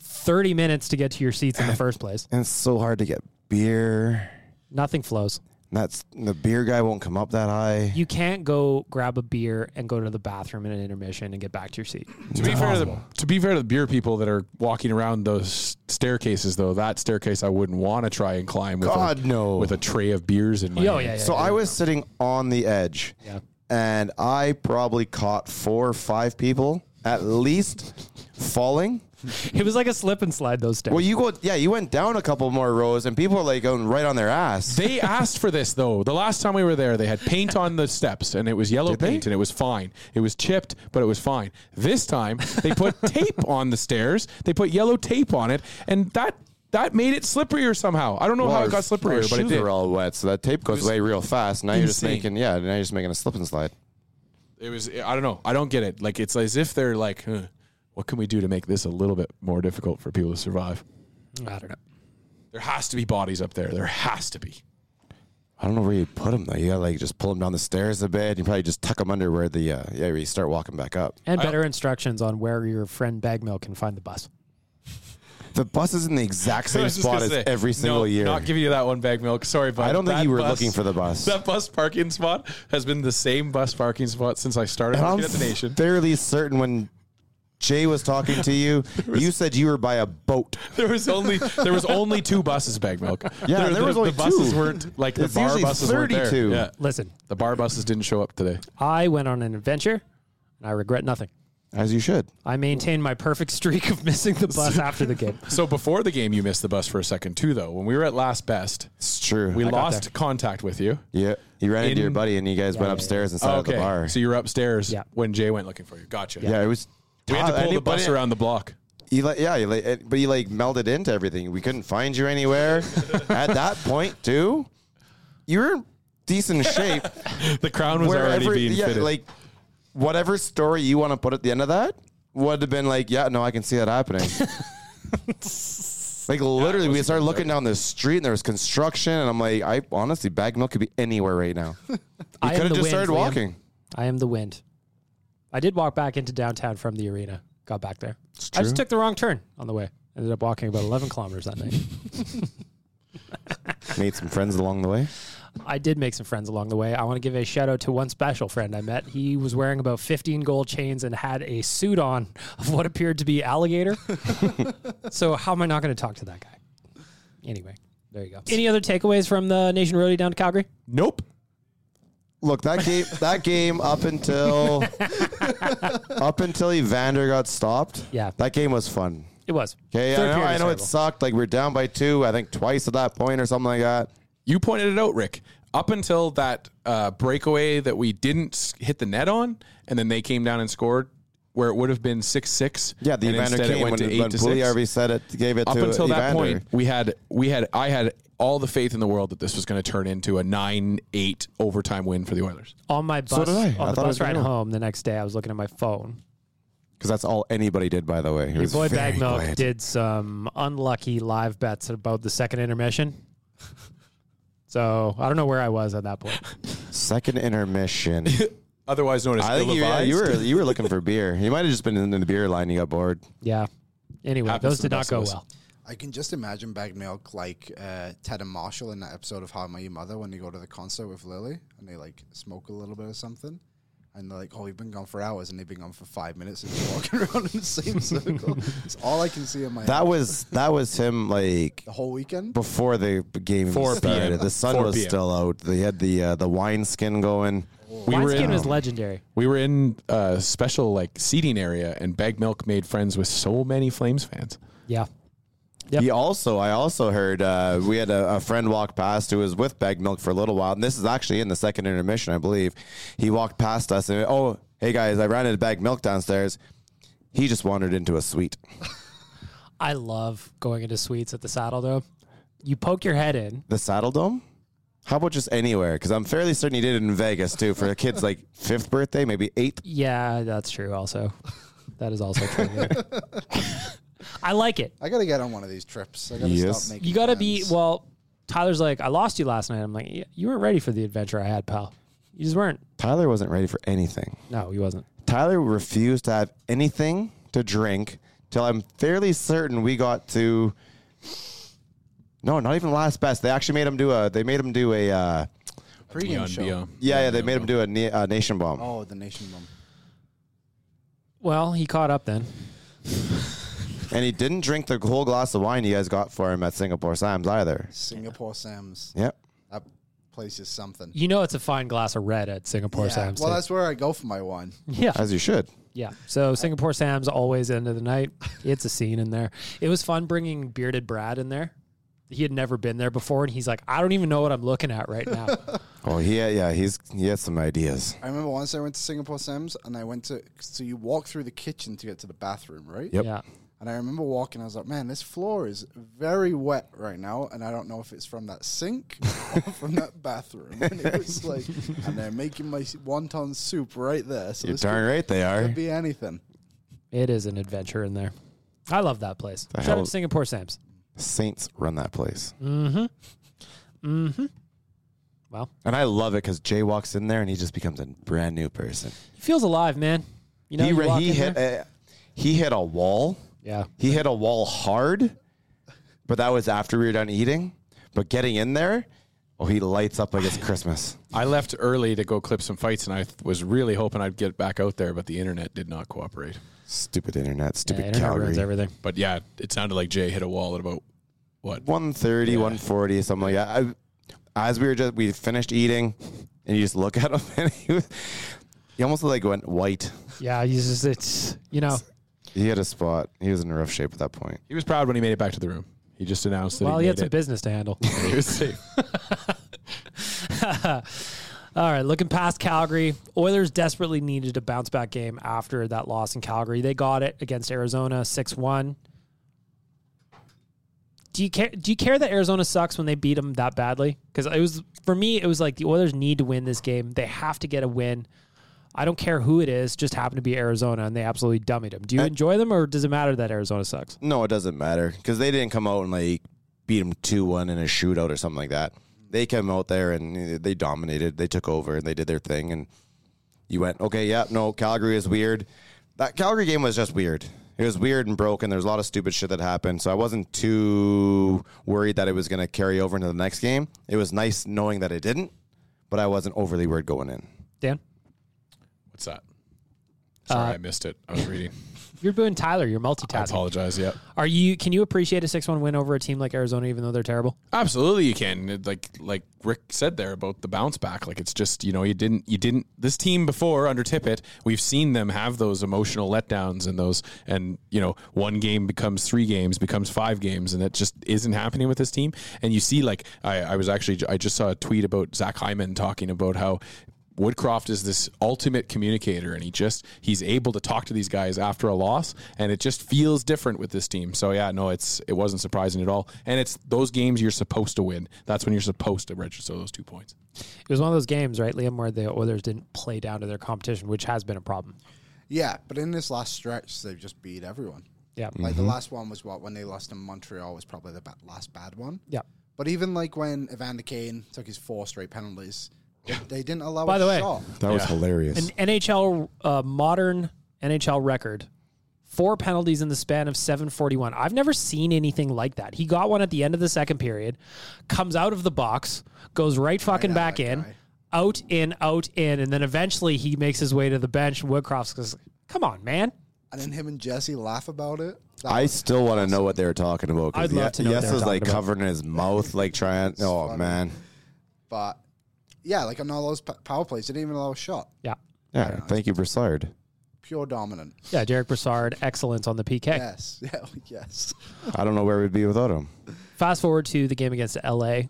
B: 30 minutes to get to your seats in
A: [laughs]
B: the first place.
A: And it's so hard to get beer.
B: Nothing flows.
A: And That's the beer guy won't come up that high.
B: You can't go grab a beer and go to the bathroom in an intermission and get back to your seat.
E: to be fair to the, to be fair to the beer people that are walking around those staircases, though, that staircase I wouldn't want to try and climb. With
A: God,
E: a,
A: no.
E: With a tray of beers in my.
B: Oh,
E: hand.
B: yeah, yeah.
A: So I was sitting on the edge,
B: Yeah.
A: and I probably caught four or five people at least falling.
B: It was like a slip and slide, those stairs.
A: Well, you go, yeah, you went down a couple more rows, and people are like going right on their ass.
E: [laughs] They asked for this though. The last time we were there, they had paint on the steps, and it was yellow
A: they?
E: paint, and it was fine. It was chipped, but it was fine. This time, they
A: [laughs]
E: put tape on the stairs. They put yellow tape on it, and that that made it slipperier somehow. I don't know how
A: our-
E: it got
A: our
E: slipperier, but it
A: shoes
E: did.
A: are all wet, so that tape goes away real fast. Now you're just
E: insane.
A: making, yeah, now you're just making a slip and slide.
E: It was. I don't know. I don't get it. Like it's as if they're like, huh, what can we do to make this a little bit more difficult for people to survive?
B: I don't know.
E: There has to be bodies up there. There has to be.
A: I don't know where you put them though. You gotta like just pull them down the stairs a bit. You probably just tuck them under where the uh, yeah where you start walking back up.
B: And better instructions on where your friend Bagmill can find the bus.
A: The bus is in the exact
E: I
A: same
E: was just
A: spot
E: gonna
A: as
E: say,
A: every single
E: no,
A: year.
E: Not giving you that one bag milk. Sorry, but
A: I don't think
E: that
A: you were
E: bus-
A: looking for the bus.
E: [laughs] That bus parking spot has been the same bus parking spot since I started
A: and
E: working
A: I'm
E: at the nation.
A: fairly certain when Jay was talking to
E: [laughs]
A: you, you said you were by a boat.
E: There was only there was only two buses bag milk.
A: Yeah, there
E: the,
A: was only
E: the buses
A: two.
E: weren't like the
A: It's
E: bar
A: usually
E: buses weren't there.
A: 32.
E: Yeah.
B: Listen,
E: The bar buses didn't show up today.
B: I went on an adventure and I regret nothing.
A: As you should.
B: I maintained my perfect streak of missing
A: [laughs]
B: the bus after the game.
E: So before the game, you missed the bus for a second too, though. When we were at last best,
A: It's true.
E: we
A: I got
E: lost contact with you.
A: there. Yeah. You ran into your
E: In-
A: buddy and you guys went upstairs inside of the bar.
E: so you were upstairs
B: Yeah.
E: when Jay went looking for you. Gotcha.
A: yeah, it was.
E: we had to pull the bus
A: Anybody-
E: around the block. [laughs]
A: You like, yeah, you like, it- but you like melded into everything. We couldn't find you anywhere at that point, too. You're in decent shape.
E: The crown was already being
A: yeah,
E: fitted.
A: like whatever story you want to put at the end of that would have been like, yeah, no, I can see that happening. like literally, we started looking down the street and there was construction, and I'm like, I honestly, bag milk could be anywhere right now. You
B: I am
A: could have
B: the
A: just
B: wind,
A: started
B: Liam.
A: walking.
B: I am the wind. I did walk back into downtown from the arena. Got back there. I just took the wrong turn on the way. Ended up walking about 11 kilometers that night.
A: Made some friends along the way.
B: I did make some friends along the way. I want to give a shout out to one special friend I met. He was wearing about 15 gold chains and had a suit on of what appeared to be alligator. so how am I not going to talk to that guy? Anyway, there you go. Any other takeaways from the Nation Roadie down to Calgary?
E: nope.
A: Look, that game that game up
E: [laughs]
A: until up until Evander got stopped.
B: Yeah.
A: That game was fun.
B: It was.
A: Okay, I
B: Third
A: know,
B: period
A: I
B: was
A: know it
B: terrible.
A: sucked. Like we are down by two, I think twice at that point or something like that.
E: You pointed it out, Rick. Up until that uh, breakaway that we didn't s- hit the net on, and then they came down and scored, where it would have been six six.
A: Yeah, the
E: and
A: Evander
E: instead
A: came
E: it went
A: when,
E: to eight
A: when
E: to
A: Pulley
E: six.
A: already said it, gave it
E: Up
A: to
E: until that
A: Evander.
E: point, we had we had I had all the faith in the world that this was going to turn into a nine eight overtime win for the Oilers.
B: on my
A: did
B: bus
A: I. I
B: on the
A: thought it
B: bus
A: was
B: ride
A: normal.
B: home the next day. I was looking at my phone.
A: because that's all anybody did. By the way, He
B: Your
A: was
B: boy
A: very
B: Bagmilk
A: quiet.
B: did some unlucky live bets about the
A: [laughs]
B: second intermission. so I don't know where I was at that point.
A: second intermission.
E: Otherwise known as
A: I think you, yeah,
E: ill-advised.
A: you were you were looking for beer. You might have just been in the beer line. You got bored.
B: Yeah. Anyway,
E: Happens
B: those
E: to the
B: did not
E: best of
B: go
E: us.
B: well.
F: I can just imagine Bag Milk like uh, Ted and Marshall in that episode of How I Met Your Mother when they go to the concert with Lily and they like smoke a little bit of something. And they're like, oh, we've been gone for hours, and they've been gone for five minutes, and just walking around in the same circle. It's all I can see in my
A: That was that was him like
F: the whole weekend.
A: before the game
E: 4 p.m.
A: started. The sun
E: 4
A: was
E: p.m.
A: still out. They had the uh, the wine skin going.
E: We
B: Wine
E: were in,
B: skin is legendary.
E: we were in a special like seating area, and Bag Milk made friends with so many Flames fans.
B: Yeah. Yep.
A: He also, I also heard uh, we had a, a friend walk past who was with Bag Milk for a little while, and this is actually in the second intermission, I believe. He walked past us and oh, hey guys, I ran into Bag Milk downstairs. He just wandered into a suite.
B: I love going into suites at the Saddle Dome. You poke your head in.
A: The Saddle Dome? How about just anywhere? Because I'm fairly certain he did it in Vegas too for a kid's like fifth birthday, maybe eighth.
B: Yeah, that's true. Also, that is also true.
A: [laughs]
B: I like it.
F: I gotta get on one of these trips. I gotta
A: Yes.
F: stop making.
B: You got to be
F: plans.
B: well. Tyler's like, I lost you last night. I'm like, "Yeah, you weren't ready for the adventure I had, pal. You just weren't.
A: Tyler wasn't ready for anything.
B: No, he wasn't.
A: Tyler refused to have anything to drink till I'm fairly certain we got to. No, not even last best. They actually made him do a. They made him do a. Uh,
F: pregame show.
A: yeah, yeah. They made him do a, na- uh nation bomb.
F: Oh, the nation bomb.
B: Well, he caught up then.
A: And he didn't drink the whole glass of wine you guys got for him at Singapore Sam's either.
F: Singapore Sam's.
A: Yep.
F: That place is something.
B: You know, it's a fine glass of red at Singapore
F: Yeah.
B: Sam's.
F: Well,
B: too.
F: that's where I go for my wine.
B: yeah.
A: As you should.
B: Yeah. So Singapore Sam's always end of the night. It's a scene in there. It was fun bringing bearded Brad in there. He had never been there before, and he's like, I don't even know what I'm looking at right now.
A: Oh, he had, yeah, he's he had some ideas.
F: I remember once I went to Singapore Sam's and I went to. So you walk through the kitchen to get to the bathroom, right?
A: [laughs] Yep.
B: Yeah.
F: And I remember walking, I was like, man, this floor is very wet right now. And I don't know if it's from that sink [laughs] or from that bathroom. [laughs] And it was like, and they're making my s- wonton soup right there. So
A: You're
F: this
A: darn
F: could,
A: right they are.
F: could be anything.
B: It is an adventure in there. I love that place.
A: The
B: Shout
A: hell-
B: out to Singapore Sam's. Mm-hmm.
A: Saints run that place,
B: Well,
A: and I love it because Jay walks in there and he just becomes a brand new person.
B: he feels alive, man. You know,
A: he
B: you
A: re-
B: walk
A: he
B: in
A: hit
B: there-
A: a, he hit a wall.
B: yeah.
A: He hit a wall hard, but that was after we were done eating. But getting in there, oh, he lights up like it's Christmas.
E: I left early to go clip some fights, and I th- was really hoping I'd get back out there, but the internet did not cooperate.
A: Stupid internet,
B: yeah
A: stupid
B: internet ruins
A: Calgary.
B: everything.
E: But yeah, it sounded like Jay hit a wall at about what
A: 130, 140, something like that. I, as we were just we finished eating, and you just look at him, [laughs] and he was he almost like went white.
B: Yeah. He's just, it's, you know,
A: He had a spot. He was in rough shape at that point.
E: He was proud when he made it back to the room. He just announced that
B: well,
E: he
B: he
E: made
B: had some
E: it. [laughs]
B: business to handle.
E: He was safe.
B: [laughs] All right, looking past Calgary, Oilers desperately needed a bounce back game after that loss in Calgary. They got it against Arizona 6-1. Do you care do you care that Arizona sucks when they beat them that badly? Cuz it was for me it was like the Oilers need to win this game. They have to get a win. I don't care who it is, just happened to be Arizona and they absolutely dummied them. Do you enjoy them or does it matter that Arizona sucks?
A: No, it doesn't matter because they didn't come out and like beat them two one in a shootout or something like that. They came out there and they dominated. They took over and they did their thing. And you went, okay, yeah, no, Calgary is weird. That Calgary game was just weird. It was weird and broken. There's a lot of stupid shit that happened. So I wasn't too worried that it was going to carry over into the next game. It was nice knowing that it didn't, but I wasn't overly worried going in.
B: Dan,
E: What's that?
B: Uh,
E: Sorry, I missed it. I was reading.
B: you're booing Tyler, you're
E: I
B: multitasking.
E: apologize. Yeah,
B: Are you can you appreciate a 6-1 win over a team like Arizona even though they're terrible?
E: absolutely. You can It- like like Rick said there about the bounce back. Like it's just you know you didn't you didn't this team before under Tippett. We've seen them have those emotional letdowns and those and you know one game becomes three games becomes five games and that just isn't happening with this team. And you see like I, I was actually I just saw a tweet about Zach Hyman talking about how Woodcroft is this ultimate communicator, and he just he's able to talk to these guys after a loss, and it just feels different with this team. So yeah, no, it's it wasn't surprising at all, and it's those games you're supposed to win. That's when you're supposed to register those two points.
B: It was one of those games, right, Liam, where the Oilers didn't play down to their competition, which has been a problem.
F: Yeah, but in this last stretch, they've just beat everyone.
B: Yeah.
F: Like
A: Mm-hmm.
F: the last one was what when they lost in Montreal was probably the ba- last bad one.
B: Yeah.
F: But even like when Evander Kane took his four straight penalties, they didn't allow
B: By
F: a
B: the way-
F: shot.
A: That was hilarious.
B: An NHL uh, modern NHL record. Four penalties in the span of 741. I've never seen anything like that. He got one at the end of the second period, comes out of the box, goes right fucking back in. out in, out in, and then eventually he makes his way to the bench. And Woodcroft's goes, "Come on, man."
F: And then him and Jesse laugh about it. That
A: I
F: was-
A: still want to know what they were talking about. 'cause
B: I'd love
A: Ye-
B: to know what
A: Yes
B: they were
A: is like
B: talking about.
A: covering his mouth, like trying. Oh
F: funny.
A: man,
F: But yeah, like on all those p- power plays, they didn't even allow a shot.
B: Yeah,
A: yeah. Thank you, Broussard.
F: Pure dominant. [laughs]
B: yeah. Derek Broussard, excellence on the PK.
F: Yes. Yeah. Yes.
A: I don't know where we'd be without him.
B: Fast forward to the game against LA.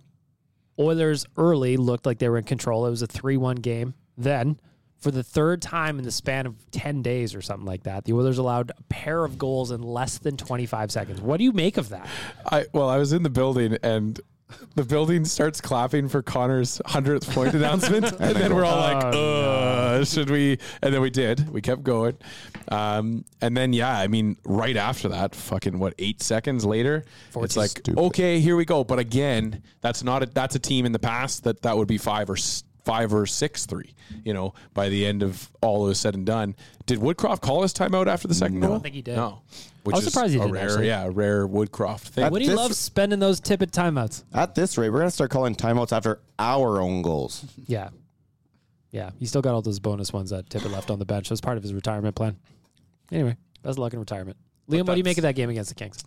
B: Oilers early looked like they were in control. It was a 3 1 game. Then, for the third time in the span of 10 days or something like that, the Oilers allowed a pair of goals in less than 25 seconds. What do you make of that?
E: I well, I was in the building and the building starts clapping for Connor's hundredth point announcement,
B: [laughs]
E: and then we're all like,
B: "Oh,
E: "Uh, should we?" And then we did. We kept going, um, and then yeah, I mean, right after that, fucking what, eight seconds later, it's like, okay, here we go. But again, that's not a that's a team in the past that that would be five or. s- Five or six three, you know. By the end of all is said and done, did Woodcroft call his timeout after the second goal? I don't
B: think he did.
E: No, which
B: was
E: is
B: surprised he
E: a
B: didn't,
E: rare,
B: actually.
E: yeah, a rare Woodcroft thing.
A: At
B: Woody
A: this-
B: loves spending those tippet timeouts.
A: At this rate, we're gonna start calling timeouts after our own goals.
B: Yeah. Yeah. He still got all those bonus ones that Tippett left on the bench. That was part of his retirement plan. Anyway, best of luck in retirement. Liam, what do you make of that game against the Kings?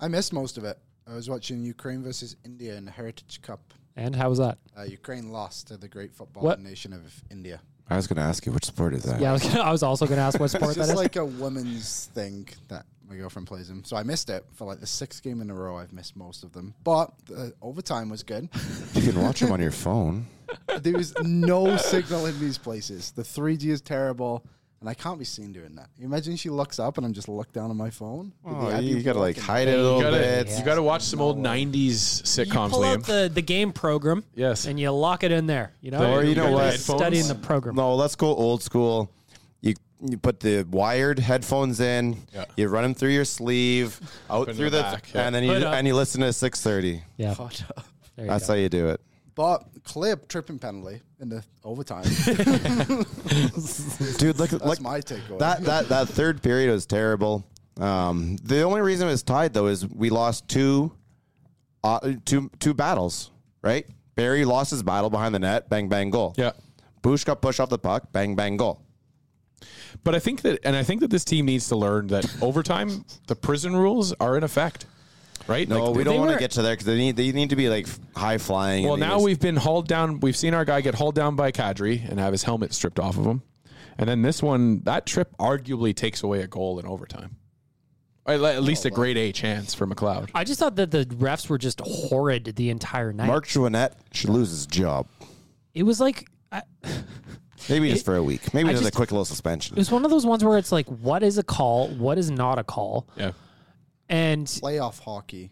F: I missed most of it. I was watching Ukraine versus India in the Heritage Cup.
B: And how was that?
F: Uh, Ukraine lost to the great football
B: What?
F: nation of India.
A: I was gonna ask you which sport is that?
B: Yeah, I was, gonna, I was also going to ask what sport
F: It's
B: that
F: just
B: is.
F: like a women's thing that my girlfriend plays him. So I missed it for like the sixth game in a row. I've missed most of them, but the overtime was good.
A: You can watch them on your phone.
F: [laughs] there was no signal in these places. The 3G is terrible, and I can't be seen doing that. You imagine she looks up and I'm just looked down on my phone.
A: Oh, you gotta like hide it a
E: You
A: little
E: gotta,
A: bit.
E: you gotta watch some old '90s sitcoms,
B: you pull
E: Liam.
B: out the, the game program,
E: Yes.
B: and you lock it in there. You know,
E: Or you
B: You're
E: know what?
B: just studying the program.
A: No, let's go old school. You you put the wired headphones in.
E: Yeah.
A: You run them through your sleeve, out
E: in
A: through
E: the
A: the,
E: back, yeah.
A: and then you
B: Hood up.
A: and you listen to six thirty.
B: Yeah, There you
A: That's
B: go.
A: how you do it.
F: But clear tripping penalty in the overtime.
A: [laughs] dude. Look,
F: That's
A: look,
F: my takeaway.
A: That that that third period was terrible. Um, the only reason it was tied though is we lost two, uh, two two battles. Right, Barry lost his battle behind the net. Bang bang goal.
E: Yeah.
A: Bush got pushed off the puck. Bang bang goal.
E: But I think that, and I think that this team needs to learn that overtime, the prison rules are in effect, right?
A: No,
E: Like,
A: we don't
E: they
A: want to
E: were-
A: get to there because they need they need to be like high flying.
E: Well,
A: and they
E: now
A: just-
E: we've been hauled down. We've seen our guy get hauled down by Kadri and have his helmet stripped off of him, and then this one, that trip arguably takes away a goal in overtime, at, at
A: Oh,
E: least a grade A chance for McLeod.
B: I just thought that the refs were just horrid the entire night.
A: Mark Chouinette should lose his job.
B: it was like I, it
A: Maybe just for a week. Maybe
B: I
A: just, a
B: just-
A: quick little suspension.
B: was one of those ones where it's like, what is a call? What is not a call?
E: Yeah.
B: And
F: Playoff hockey.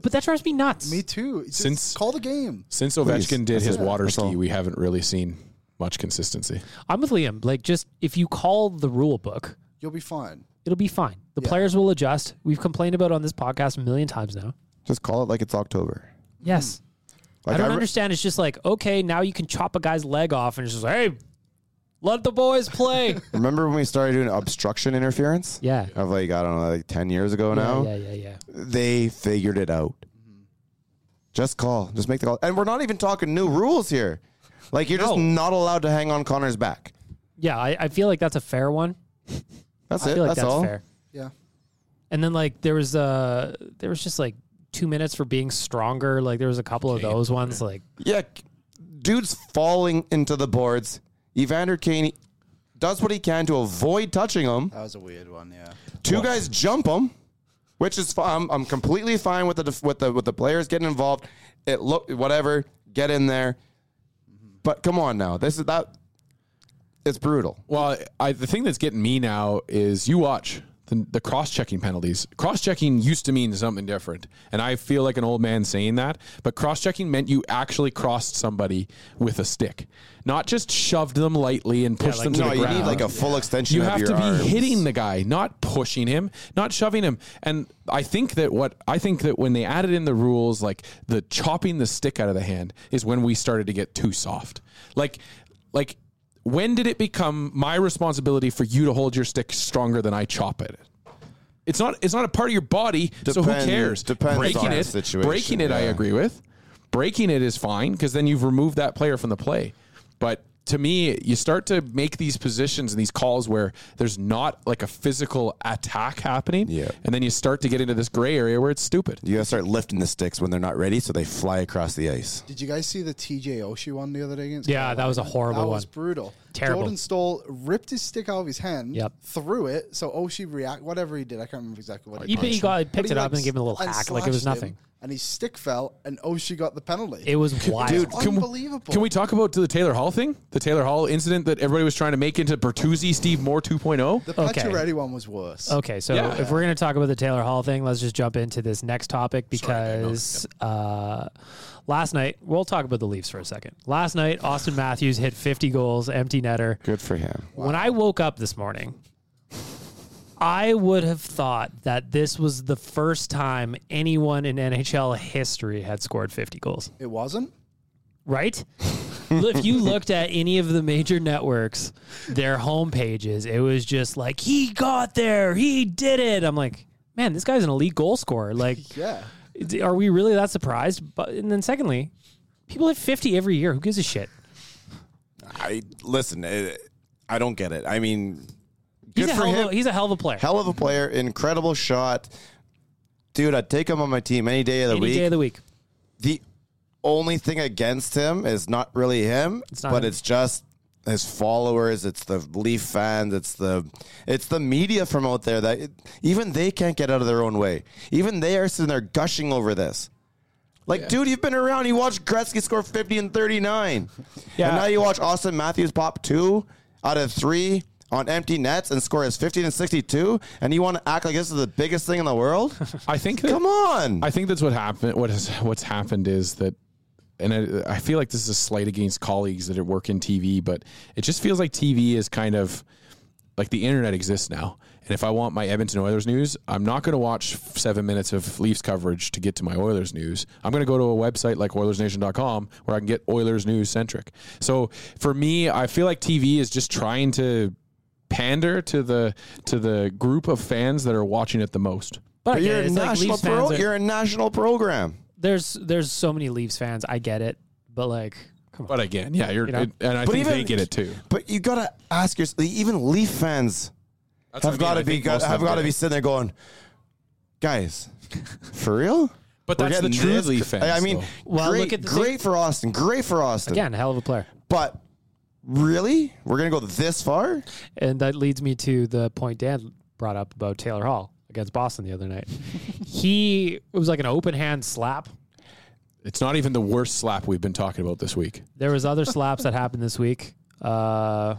B: but that drives me nuts.
F: Me too. Just
E: Since-
F: call the game.
E: Since Ovechkin did
A: That's
E: his
A: it.
E: water
A: That's
E: ski,
A: all.
E: we haven't really seen much consistency.
B: I'm with Liam. Like, just if you call the rule book,
F: You'll be fine.
B: it'll be fine. The players will adjust. We've complained about it on this podcast a million times now.
A: Just call it like it's October.
B: Hmm. Yes.
A: Like
B: I don't
A: re-
B: understand. It's just like, okay, now you can chop a guy's leg off and it's just, hey, let the boys play.
A: Remember when we started doing obstruction interference?
B: [laughs] yeah.
A: Of like I don't know, like ten years ago now.
B: Yeah, yeah, yeah. yeah.
A: they figured it out. Just call. Just make the call. And we're not even talking new rules here. Like you're just
B: No.
A: not allowed to hang on Connor's back.
B: Yeah, I, I feel like that's a fair one.
A: That's
B: I
A: it.
B: feel like
A: that's,
B: that's,
A: all.
B: fair.
F: Yeah.
B: And then like there was uh there was just like two minutes for being stronger. Like there was a couple of those ones. Like
A: Yeah, c- dude's falling into the boards. Evander Kane does what he can to avoid touching him.
F: That was a weird one. Yeah.
A: Two guys jump him, which is fine. I'm, I'm completely fine with the def- with the with the players getting involved. It look whatever, get in there. But come on now, this is that. It's brutal.
E: Well, I, the thing that's getting me now is you watch the, the cross checking penalties. Cross checking used to mean something different. And I feel like an old man saying that, but cross checking meant you actually crossed somebody with a stick, not just shoved them lightly and pushed
B: like-
E: them to
A: No,
E: the
A: you
E: ground.
A: need like a full extension
E: You
A: of
E: have
A: your
E: to be
A: arms.
E: hitting the guy, not pushing him, not shoving him. And I think that what I think that when they added in the rules, like the chopping the stick out of the hand, is when we started to get too soft. Like, like when did it become my responsibility for you to hold your stick stronger than I chop it? It's not. It's not a part of your body. so
A: Depends-
E: who cares?
A: depends
E: breaking
A: on the
E: it.
A: situation,
E: breaking it, I
A: yeah.
E: agree with. Breaking it is fine because then you've removed that player from the play. But to me, you start to make these positions and these calls where there's not like a physical attack happening.
A: Yeah.
E: And then you start to get into this gray area where it's stupid.
A: You gotta start lifting the sticks when they're not ready, so they fly across the ice.
F: Did you guys see the TJ Oshie one the other day against?
B: Yeah, that was a horrible
F: That was
B: one.
F: brutal.
B: Terrible.
F: Jordan Stahl ripped his stick out of his hand,
B: Yep.
F: threw it, so Oshie react whatever he did. I can't remember exactly what he
B: He-
F: did.
B: he got- he picked
F: But
B: it up and gave him a little
F: and
B: hack, like it was
F: slashed him,
B: nothing.
F: and his stick fell, and Oshie got the penalty.
B: It was wild.
F: Dude,
E: Can we-
F: unbelievable.
E: Can we talk about to the Taylor Hall thing? The Taylor Hall incident that everybody was trying to make into Bertuzzi, Steve Moore oh? 2.0?
F: the
B: okay.
F: Pacioretty one was worse.
B: Okay, so
E: Yeah.
B: if we're going to talk about the Taylor Hall thing, let's just jump into this next topic because uh, last night, we'll talk about the Leafs for a second. Last night, Austin Matthews hit 50 goals, empty netter.
A: Good for him.
B: When I woke up this morning, I would have thought that this was the first time anyone in NHL history had scored 50 goals,
F: It wasn't.
B: right? if you looked at any of the major networks, their homepages, it was just like, he got there, he did it. I'm like, man, this guy's an elite goal scorer. Like,
F: Yeah.
B: d- are we really that surprised? But and then secondly, people hit 50 every year. Who gives a shit?
A: I listen. It, I don't get it. I mean,
B: He's,
A: good
B: a
A: for
B: hell,
A: him.
B: Of a, he's a hell of a player.
A: Hell of a player, incredible shot, dude. I'd take him on my team any day of the
B: any
A: week.
B: day of the week.
A: the only thing against him is not really him,
B: not
A: but
B: him.
A: it's just his followers. It's the Leaf fans. It's the it's the media from out there that even they can't get out of their own way. Even they are sitting there gushing over this. Like, dude, you've been around. You watched Gretzky score fifty and thirty nine, and now you watch Austin Matthews pop two out of three on empty nets and score his fifteen and sixty two, and you want to act like this is the biggest thing in the world?
E: [laughs] I think that-
A: Come on.
E: I think that's what happened. What has what's happened is that, and I, I feel like this is a slight against colleagues that work in TV, but it just feels like TV is kind of like the internet exists now. And if I want my Edmonton Oilers news, I'm not going to watch seven minutes of Leafs coverage to get to my Oilers news. I'm going to go to a website like OilersNation.com where I can get Oilers news centric. So for me, I feel like TV is just trying to pander to the to the group of fans that are watching it the most.
B: But
A: But
B: again,
A: you're a
B: it's like
A: national
B: Leafs
A: pro-
B: fans are-
A: you're a national program.
B: there's there's so many Leafs fans. I get it, but like, come on.
E: But again, yeah, you're,
B: You know?
E: and I
A: But
E: think
A: even-
E: they get it too.
A: But you gotta ask yourself. Even Leaf fans have got to be got, have got to be sitting there going, guys, for real.
E: But
A: We're
E: that's the
A: getting
E: true
A: this-
E: Leaf fans,
A: I mean,
E: though.
B: Well,
A: great,
B: look at the
A: great
B: thing-
A: for Austin. Great for Austin.
B: Again, hell of a player.
A: but really, we're gonna go this far?
B: And that leads me to the point Dan brought up about Taylor Hall against Boston the other night. he it was like an open hand slap.
E: It's not even the worst slap we've been talking about this week.
B: There was other slaps that happened this week. Uh,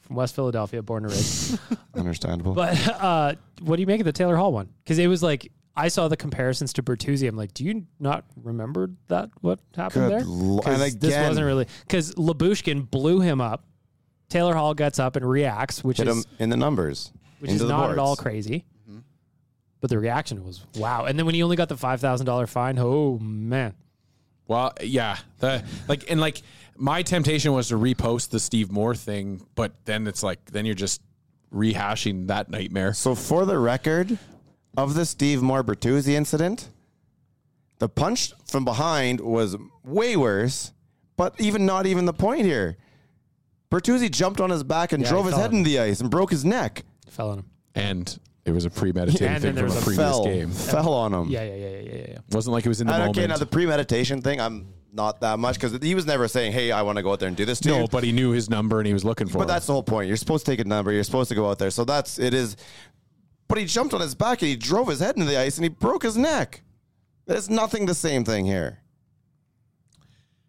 B: from West Philadelphia, born and raised.
A: Understandable.
B: But [laughs] uh, what do you make of the Taylor Hall one? Because it was like I saw the comparisons to Bertuzzi. I'm like, do you not remember that what happened
A: Good
B: there?
A: lo-
B: 'Cause
A: and
B: this
A: again-
B: wasn't really because Labushkin blew him up. Taylor Hall gets up and reacts, which
A: Hit
B: is
A: him in the numbers.
B: which
A: into
B: is
A: the
B: not at all
A: boards.
B: crazy. But the reaction was wow. And then when he only got the five thousand dollar fine, oh man,
E: Well, yeah, the, like and like my temptation was to repost the Steve Moore thing, but then it's like then you're just rehashing that nightmare.
A: So for the record of the Steve Moore Bertuzzi incident, the punch from behind was way worse, but even not even the point here. Bertuzzi jumped on his back and
B: Yeah,
A: drove
B: he
A: his
B: fell
A: head
B: on
A: into the ice and broke his neck.
B: fell on him.
E: And it was a premeditated
B: And
E: thing
B: then
E: from
B: there
E: a
B: was a
E: previous
A: fell,
E: game.
A: fell on him.
B: Yeah, yeah, yeah, yeah, yeah, yeah.
E: wasn't like it was in the
A: And
E: moment.
A: okay, now the premeditation thing, I'm not that much because he was never saying, "Hey, I want to go out there and do this." To
E: no,
A: you.
E: but he knew his number and he was looking for.
A: But
E: him.
A: that's the whole point. You're supposed to take a number. You're supposed to go out there. So that's it is. But he jumped on his back and he drove his head into the ice and he broke his neck. There's nothing the same thing here.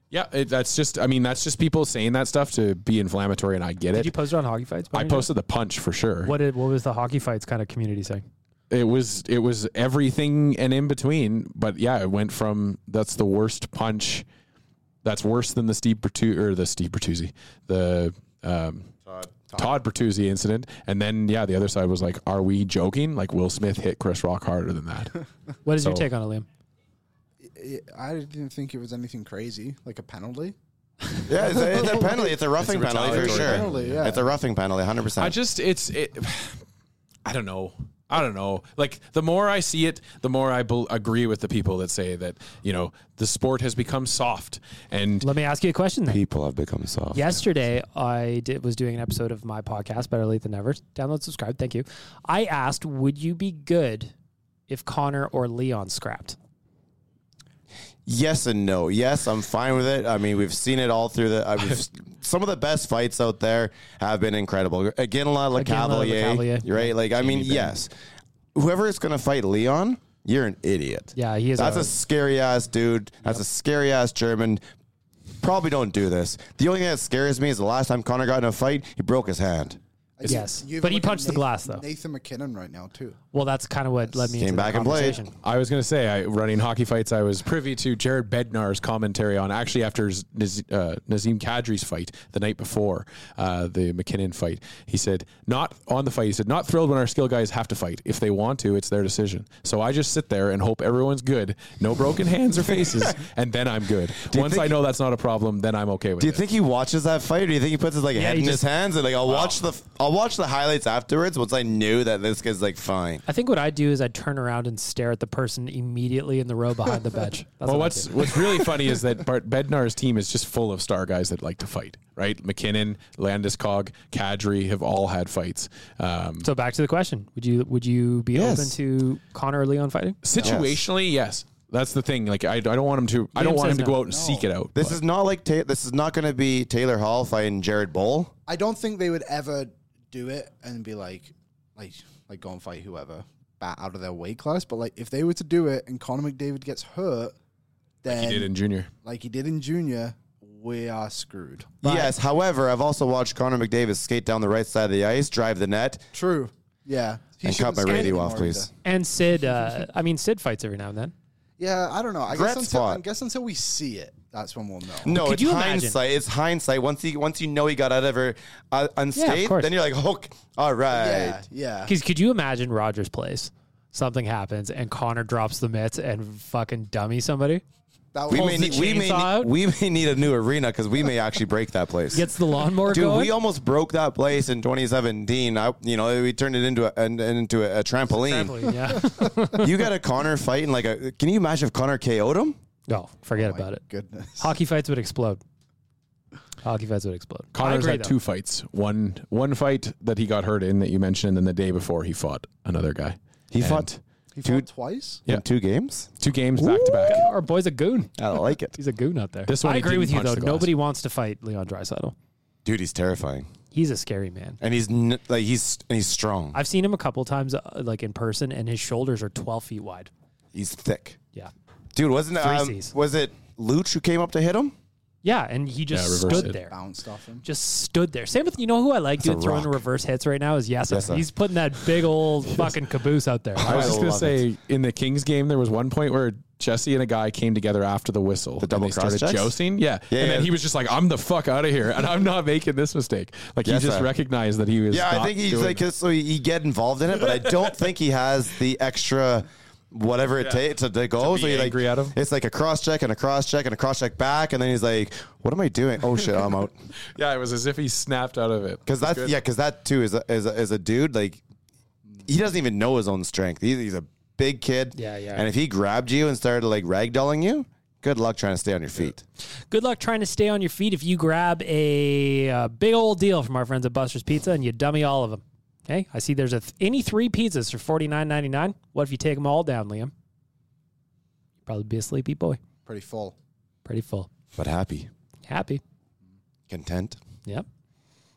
E: yeah. It, that's just. I mean, that's just people saying that stuff to be inflammatory, and I get
B: Did
E: it.
B: you post it on Hockey Fights? by
E: I
B: any chance?
E: posted the punch for sure.
B: What did what was the Hockey Fights kind of community saying?
E: it was it was everything and in between. But yeah, it went from that's the worst punch, that's worse than the Steve Bertu or the Steve Bertuzzi, the um, Todd, Bertuzzi incident, and then yeah, the other side was like, are we joking? Like Will Smith hit Chris Rock harder than that.
B: What is your
E: So-
B: take on it, Liam?
F: It- I didn't think it was anything crazy, like a penalty.
A: Yeah, it's a, it's a penalty. It's a roughing penalty for
E: retaliatory
A: sure.
F: penalty, yeah.
A: It's a roughing penalty, 100%.
E: [sighs] I just it's it, I don't know. I- I don't know. Like the more I see it, the more I bel agree with the people that say that you know the sport has become soft and
B: Let me ask you a question then.
A: People have become soft.
B: Yesterday, I did, was doing an episode of my podcast, Better Late Than Never. Download, subscribe. Thank you. I asked, would you be good if Connor or Leon scrapped?
A: Yes and no. Yes, I'm fine with it. I mean, we've seen it all through the. I
B: [laughs]
A: mean, some of the best fights out there have been incredible. Again, a lot of Le
B: Again, a lot of Le
A: Cavalier.
B: Cavalier.
A: You're right. Like, I mean, yes. Whoever is going to fight Leon, you're an idiot.
B: Yeah, he is
A: That's
B: a-
A: a scary ass dude. That's a scary ass German. Probably don't do this. The only thing that scares me is the last time Connor got in a fight, he broke his hand.
B: Yes.
F: You even
B: But he
F: look at
B: punched the
F: Nathan-
B: glass, though.
F: Nathan McKinnon right now too.
B: Well, that's kind of what led me
A: Came
B: into
A: back
B: the
A: and played.
B: conversation.
E: I was going to say, I, running hockey fights, I was privy to Jared Bednar's commentary on actually after Z- Naz, uh, Nazim Kadri's fight the night before uh, the McKinnon fight. He said, not on the fight, he said, not thrilled when our skill guys have to fight. If they want to, it's their decision. So I just sit there and hope everyone's good, no broken hands
A: [laughs]
E: or faces, [laughs] and then I'm good.
A: you
E: Once
A: think-
E: I know that's not a problem, then I'm okay with
A: Do you
E: it.
A: think he watches that fight, or do you think he puts his like head
B: he
A: in his
B: just-
A: hands and like I'll watch the I'll watch the highlights afterwards once I knew that this guy's like fine.
B: I think what I do is I turn around and stare at the person immediately in the row
E: [laughs]
B: behind the bench. That's
E: well,
B: what I
E: what's
B: do.
E: what's really funny
A: [laughs]
E: is that Bart Bednar's team is just full of star guys that like to fight. Right, McKinnon, Landeskog, Kadri have all had fights. Um,
B: so back to the question: Would you would you be
A: Yes.
B: open to Connor or Leon fighting?
E: Situationally, yes. That's the thing. Like I, I don't want him to. I don't
B: Liam
E: want him
B: says
E: to go
B: no.
E: out and seek it out.
A: This
E: but-
A: is not like Ta- this is not going to be Taylor Hall fighting Jared Bull.
F: I don't think they would ever do it and be like, like, like go and fight whoever bat out of their weight class. But like, if they were to do it and Conor McDavid gets hurt, then
E: he did in junior.
F: like he did in junior, we are screwed.
A: yes. However, I've also watched Connor McDavid skate down the right side of the ice, drive the net.
F: True. Yeah. He
A: And cut
F: shouldn't
A: my
F: skate
A: radio
F: anymore
A: off, please.
F: either.
B: And Sid, uh, I mean Sid fights every now and then.
F: Yeah, I don't know. I
A: Great
F: guess until,
A: spot.
F: I guess until we see it, that's when we'll know.
A: No,
B: Could
A: it's
B: you imagine?
A: hindsight. Uh, It's hindsight. Once he once you know he got out of her uh, unscathed,
B: course.
A: then you're like, [laughs] hook. All right.
F: Yeah. Yeah.
B: Because could you imagine Rogers plays? Something happens and Connor drops the mitts and fucking dummy somebody.
F: That
A: We
F: was-
A: may
B: Pulls the
A: need, we may
B: chainsaw out.
A: need, we may need a new arena because we may actually break that
F: [laughs]
A: place.
B: Gets the lawnmower
A: Dude,
B: going.
A: we almost broke that place in 2017. I, you know, we turned it into a an, into a, a trampoline.
B: Probably, yeah. [laughs]
A: you got a Connor fight and like a. Can you imagine if Connor KO'd him?
B: no, Oh,
E: Oh
B: forget about it.
F: goodness.
B: Hockey fights would explode. Hockey fights would explode. I
E: Connor's
B: agree,
E: had
B: though.
E: two fights. One one fight that he got hurt in that you mentioned, and then the day before he fought another guy.
A: He
E: And
A: fought
F: He fought twice.
E: Yeah.
A: in two games.
E: two games back to back.
B: Our boy's a goon.
A: I like it,
B: He's a goon out there.
E: This one
B: I
E: he
B: agree
E: didn't
B: with you
E: punch
B: though.
E: the glass.
B: Nobody wants to fight Leon Drysaddle.
A: dude. He's terrifying,
B: He's a scary man.
A: and he's n- like he's and he's strong.
B: I've seen him a couple times, uh, like in person, and his shoulders are twelve feet wide.
A: He's thick,
B: Yeah,
A: dude. Wasn't
B: Three
A: um,
B: Cs.
A: was it Luch who came up to hit him?
B: yeah, and he just
E: Yeah, reverse
B: stood
E: hit.
B: there,
F: Bounced off him.
B: just stood there. Same with you know who I like
A: a
B: doing throwing
A: rock.
B: reverse hits right now is Yasser.
A: Yasser.
B: He's putting that big
E: [laughs]
B: old fucking caboose out there.
E: I was
A: I
E: just gonna
A: love
E: say in the Kings game there was one point where Jesse and a guy came together after the whistle.
A: The double
E: and they started
A: cross checks?
E: jousting. Yeah.
A: Yeah,
E: and then
A: yeah.
E: he was just like, I'm the fuck out of here and I'm not making this mistake. Like
A: Yes,
E: he just
A: sir.
E: recognized that he was
A: Yeah, I
E: not
A: think he's
E: doing
A: like so he, he get involved in it, but
F: [laughs]
A: I don't think he has the extra whatever it takes to, to go.
E: be
A: so he like
E: angry at him.
A: it's like a cross check and a cross check and a cross check back, and then he's like, "What am I doing? Oh shit, I'm out."
E: Yeah, it was as if he snapped out of it.
A: Because that's yeah, because that too is a, is a, is a dude like he doesn't even know his own strength. He, he's a big kid.
B: Yeah, yeah.
A: And if he grabbed you and started like ragdolling you, good luck trying to stay on your feet.
B: Good luck trying to stay on your feet if you grab a, uh big old deal from our friends at Buster's Pizza and you dummy all of them. Okay, I see there's a th- any three pizzas for forty nine ninety nine. What if you take them all down, Liam? Probably be a sleepy boy,
F: Pretty full.
B: pretty full,
A: But happy,
B: happy.
A: content.
B: Yep.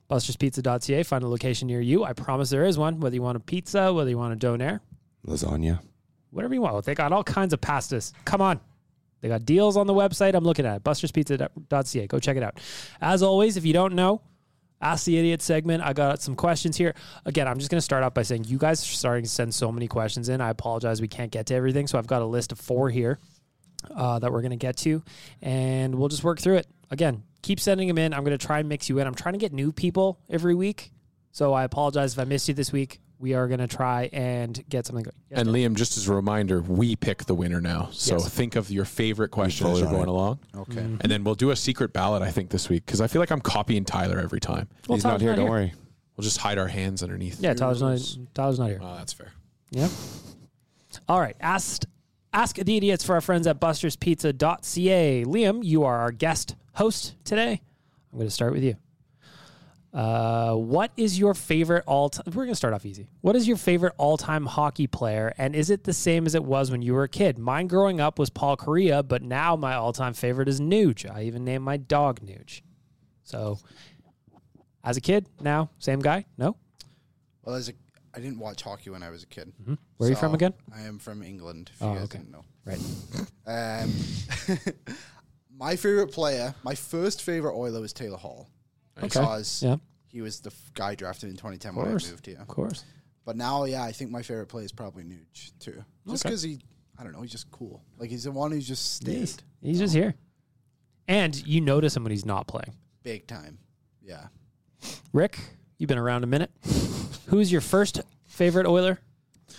B: Buster'sPizza.ca. Find a location near you. I promise there is one. Whether you want a pizza, whether you want a donair,
A: Lasagna.
B: whatever you want. They got all kinds of pastas. Come on. They got deals on the website. I'm looking at it. Buster'sPizza.ca. Go check it out. As always, if you don't know, Ask the Idiot segment. I got some questions here. Again, I'm just going to start off by saying you guys are starting to send so many questions in. I apologize. We can't get to everything. So I've got a list of four here uh, that we're going to get to, and we'll just work through it. Again, keep sending them in. I'm going to try and mix you in. I'm trying to get new people every week. So I apologize if I missed you this week. We are going to try and get something going. Yes,
E: And Liam, just as a reminder, we pick the winner now. So
B: Yes.
E: think of your favorite question as
A: vote
E: you're
A: on
E: going
A: it.
E: along. Okay.
B: Mm-hmm.
E: And then we'll do a secret ballot, I think, this week because I feel like I'm copying Tyler every time.
B: Well,
A: he's not
B: Tyler's
A: here.
B: not
A: don't
B: here.
A: worry.
E: We'll just hide our hands underneath.
B: Yeah, Tyler's not, Tyler's not here.
E: Oh, that's fair.
B: Yep. All right. Asked, ask the idiots for our friends at busterspizza.ca. Liam, you are our guest host today. I'm going to start with you. Uh, what is your favorite all time? We're going to start off easy. What is your favorite all time hockey player? And is it the same as it was when you were a kid? Mine growing up was Paul Correa, but now my all time favorite is Nuge. I even named my dog Nuge. So as a kid, now, same guy? No?
F: Well, as a, I didn't watch hockey when I was a kid.
A: Mm-hmm.
B: Where are you from
F: So,
B: again?
F: I am from England. If
B: Oh,
F: you guys
B: okay.
F: didn't know.
B: Right.
F: Um, my favorite player, my first favorite Oiler was Taylor Hall because
B: Yeah.
F: he was the f- guy drafted in 2010 when I
B: course.
F: moved here.
B: Of course.
F: But now, yeah, I think my favorite player is probably Nuge too, just
B: Okay.
F: because he, I don't know, he's just cool. Like he's the one who's just stayed
B: He's, he's just here. Oh. And you notice him when he's not playing.
F: big time. Yeah,
B: Rick, you've been around a [laughs] minute. Who's your first favorite Oiler?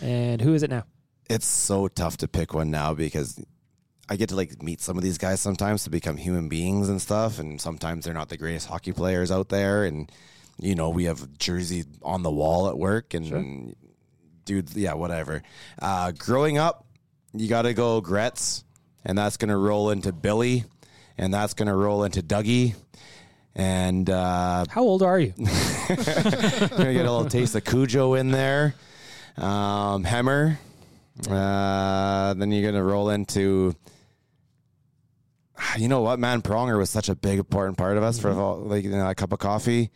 B: And who is it now?
A: It's so tough to pick one now because I get to like meet some of these guys sometimes to become human beings and stuff, and sometimes they're not the greatest hockey players out there, and you know we have jersey on the wall at work, and dude, yeah, whatever. Uh, growing up, you got to go Gretz, and that's gonna roll into Billy, and that's gonna roll into Dougie, and uh,
B: How old are you?
A: gonna get a little taste of Cujo in there. Um, Hemmer. [laughs] Uh, then you're gonna roll into. Ah, You know what, man? Pronger was such a big important part of us for all, like you know, a cup of coffee,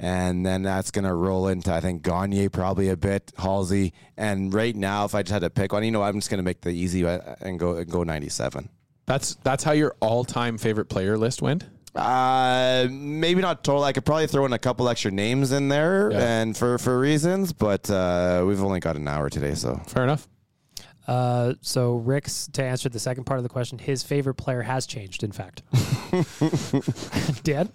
A: and then that's gonna roll into I think Gagne probably a bit Halsey, and right now if I just had to pick one, you know, what, I'm just gonna make the easy uh, and go and go 97.
E: That's that's how your all-time favorite player list went.
A: Uh, maybe not total. I could probably throw in a couple extra names in there,
E: Yeah.
A: and for for reasons, but uh, we've only got an hour today, so
E: Fair enough.
B: Uh, so Rick's to answer the second part of the question, his favorite player has changed, in fact. Dan?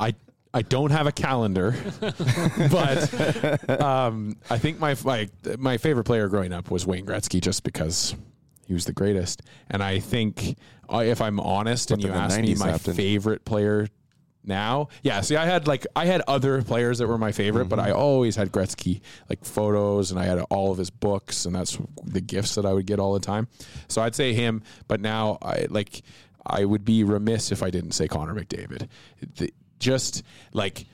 E: I I don't have a calendar, [laughs] but um, I think my my my favorite player growing up was Wayne Gretzky, just because he was the greatest. And I think uh, if I'm honest, and
A: But
E: you
A: then the
E: ask me
A: 90s
E: my
A: happened.
E: favorite player now, yeah. See, I had like I had other players that were my favorite,
A: Mm-hmm.
E: but I always had Gretzky like photos, and I had all of his books, and that's the gifts that I would get all the time. So I'd say him, but now I like I would be remiss if I didn't say Connor McDavid. The- just like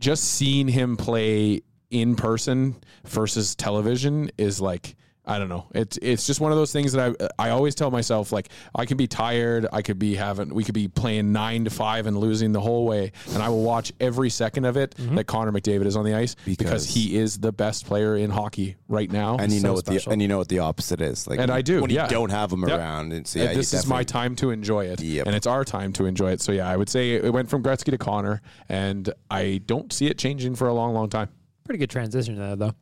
E: just seeing him play in person versus television is like I don't know. It's it's just one of those things that I I always tell myself like I can be tired, I could be having we could be playing 9 to 5 and losing the whole way and I will watch every second of it that Connor McDavid is on the ice because,
A: Because-
E: he is the best player in hockey right now.
A: and you
E: Oh, So
A: know what
E: special.
A: the and you know what the opposite is like.
E: And I do,
A: when
E: yeah.
A: you don't have them
E: Yep.
A: around. It's,
E: And
A: yeah,
E: Uh, this
A: you
E: is my
A: definitely-
E: time to enjoy it,
A: Yep.
E: and it's our time to enjoy it. So yeah, I would say it went from Gretzky to Connor, and I don't see it changing for a long, long time.
B: Pretty good transition there, though.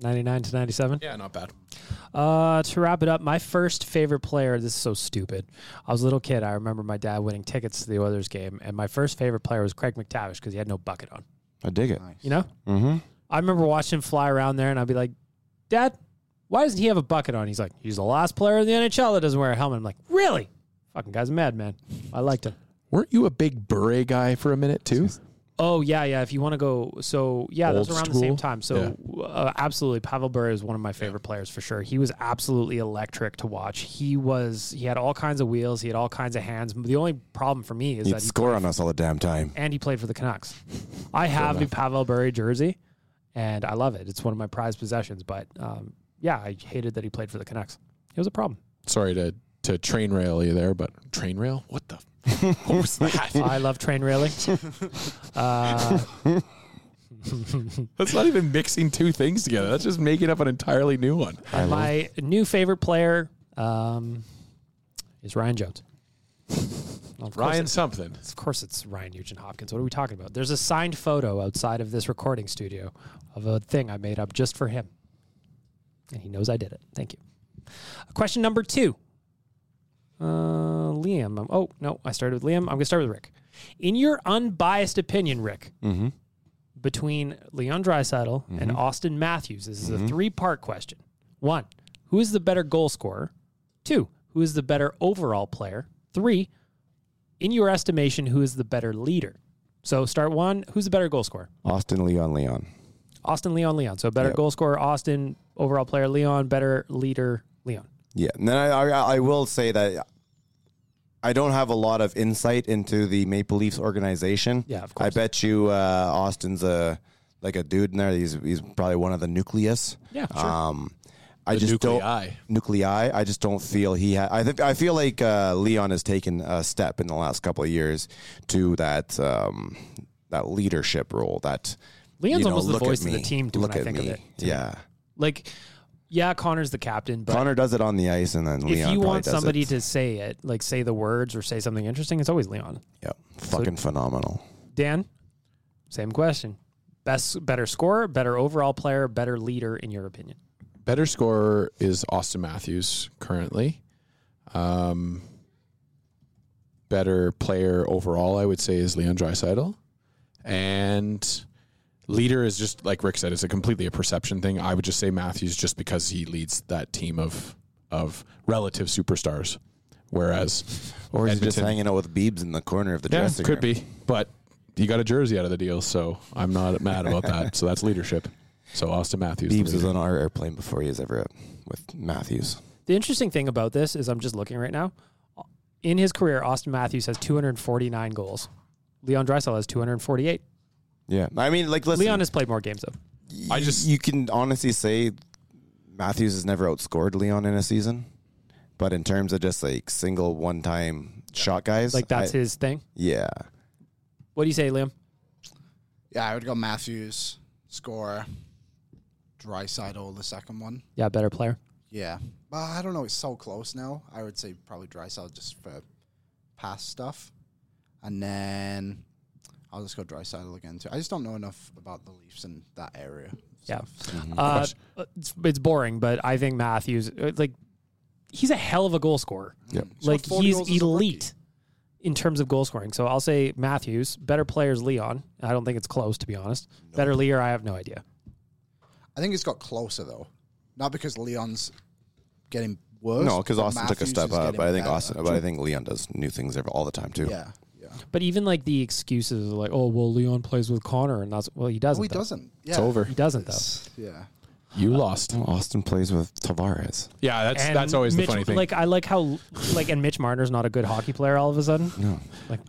B: 99 to 97.
E: Yeah, not bad.
B: Uh, to wrap it up, my first favorite player. This is so stupid. I was a little kid. I remember my dad winning tickets to the Oilers game, and my first favorite player was Craig McTavish because he had no bucket on.
A: I dig it.
B: You know, mm-hmm. I remember watching him fly around there, and I'd be like, "Dad, why doesn't he have a bucket on?" He's like, "He's the last player in the NHL that doesn't wear a helmet." I'm like, "Really? Fucking guy's a madman." I liked him.
E: Weren't you a big Bure guy for a minute too?
B: Oh yeah, yeah. If you want to go, so yeah, that was
E: Old
B: around the same
E: school?
B: time. So uh, absolutely, Pavel Bure is one of my favorite players for sure. He was absolutely electric to watch. He was he had all kinds of wheels. He had all kinds of hands. The only problem for me is
A: You'd
B: that he
A: score on us all the damn time.
B: and he played for the Canucks. I have the Pavel Bure jersey, and I love it. It's one of my prized possessions. But um, yeah, I hated that he played for the Canucks. It was a problem.
E: Sorry to to train rail you there, but train rail? What the? what [laughs] was that?
B: I love train railing. Uh,
E: That's not even mixing two things together. That's just making up an entirely new one.
B: And my new favorite player um, is Ryan Jones. Well, of,
E: Ryan
B: course
E: something.
B: it- of course, it's Ryan Nugent Hopkins. What are we talking about? There's a signed photo outside of this recording studio of a thing I made up just for him. And he knows I did it. Thank you. Question number two. Uh, Liam. um, Oh, no, I started with Liam. I'm going to start with Rick. In your unbiased opinion, Rick, between Leon Dreisettle and Austin Matthews. This is a three part question. One, who is the better goal scorer? Two, who is the better overall player? Three, in your estimation, who is the better leader? So start one, who's the better goal scorer?
A: Austin Leon Leon.
B: Austin Leon Leon. So better
A: Yep.
B: goal scorer, Austin overall player Leon, better leader Leon.
A: Yeah. And then I, I, I will say that I don't have a lot of insight into the Maple Leafs organization.
B: Yeah, of
A: I
B: course.
A: bet you uh, Austin's a like a dude in there. He's he's probably one of the nucleus.
B: Yeah, sure.
A: Um, I
E: The
A: just
E: nuclei.
A: don't nuclei. I just don't feel he. Ha- I think I feel like uh, Leon has taken a step in the last couple of years to that um, that leadership role. That
B: Leon's
A: you know,
B: almost the
A: look at
B: voice of the
A: me,
B: team to
A: look
B: when I
A: at
B: think of
A: me.
B: it, to me.
A: Yeah,
B: Like, yeah, Connor's the captain, but
A: Connor does it on the ice, and then
B: if
A: Leon
B: you
A: probably
B: want
A: does
B: somebody
A: it.
B: to say it, like say the words or say something interesting, it's always Leon.
A: yeah, fucking phenomenal.
B: Dan, same question. Best, better scorer, better overall player, better leader, in your opinion.
E: Better scorer is Austin Matthews currently. Um, better player overall, I would say, is Leon Dreisaitl. And leader is just like Rick said, it's a completely a perception thing. I would just say Matthews just because he leads that team of of relative superstars, whereas
A: Or is he just
E: Edmonton-
A: hanging out with Beebs in the corner of the
E: yeah,
A: dressing
E: could
A: room?
E: be, but you got a jersey out of the deal, so I'm not mad about that. So that's leadership. So Austin Matthews, the
A: Beebs was
E: leader.
A: on our airplane before he was ever up with Matthews.
B: The interesting thing about this is I'm just looking right now. In his career, Austin Matthews has 249 goals. Leon Draisaitl has 248.
A: Yeah, I mean, like, listen,
B: Leon has played more games though.
E: I just-
A: you can honestly say Matthews has never outscored Leon in a season, but in terms of just like single one time shot guys,
B: Like that's
A: I-
B: his thing.
A: Yeah,
B: What do you say, Liam?
F: Yeah, I would go Matthews, scorer, Drysidle, the second one.
B: Yeah, better player.
F: Yeah. But I don't know. It's so close now. I would say probably Drysdale just for past stuff. And then I'll just go Drysdale again, too. I just don't know enough about the Leafs in that area.
B: Yeah.
F: So,
B: Uh, it's, it's boring, but I think Matthews, uh, like, he's a hell of a goal scorer.
A: Yep.
B: Like,
F: Scored 40
B: he's
F: goals as a
B: elite in terms of goal scoring. So I'll say Matthews, better players Leon. I don't think it's close, to be honest. Better leader, I have no idea.
F: I think it's got closer, though. Not because Leon's getting worse.
A: no, because
F: but
A: Austin took a
F: Matthews
A: step
F: is
A: up.
F: getting
A: I think
F: better.
A: Austin, but I think Leon does new things every, all the time too.
F: Yeah. Yeah.
B: But even like the excuses are like, oh, well, Leon plays with Connor, and that's, well, he doesn't.
F: Oh, he
B: though.
F: doesn't. Yeah.
E: it's over.
B: He doesn't, though.
F: It's- Yeah.
E: You lost.
A: Austin plays with Tavares.
E: Yeah, that's
B: And
E: that's always
B: Mitch-
E: the funny thing.
B: Like, I like how, like, and Mitch Marner's not a good hockey player all of a sudden.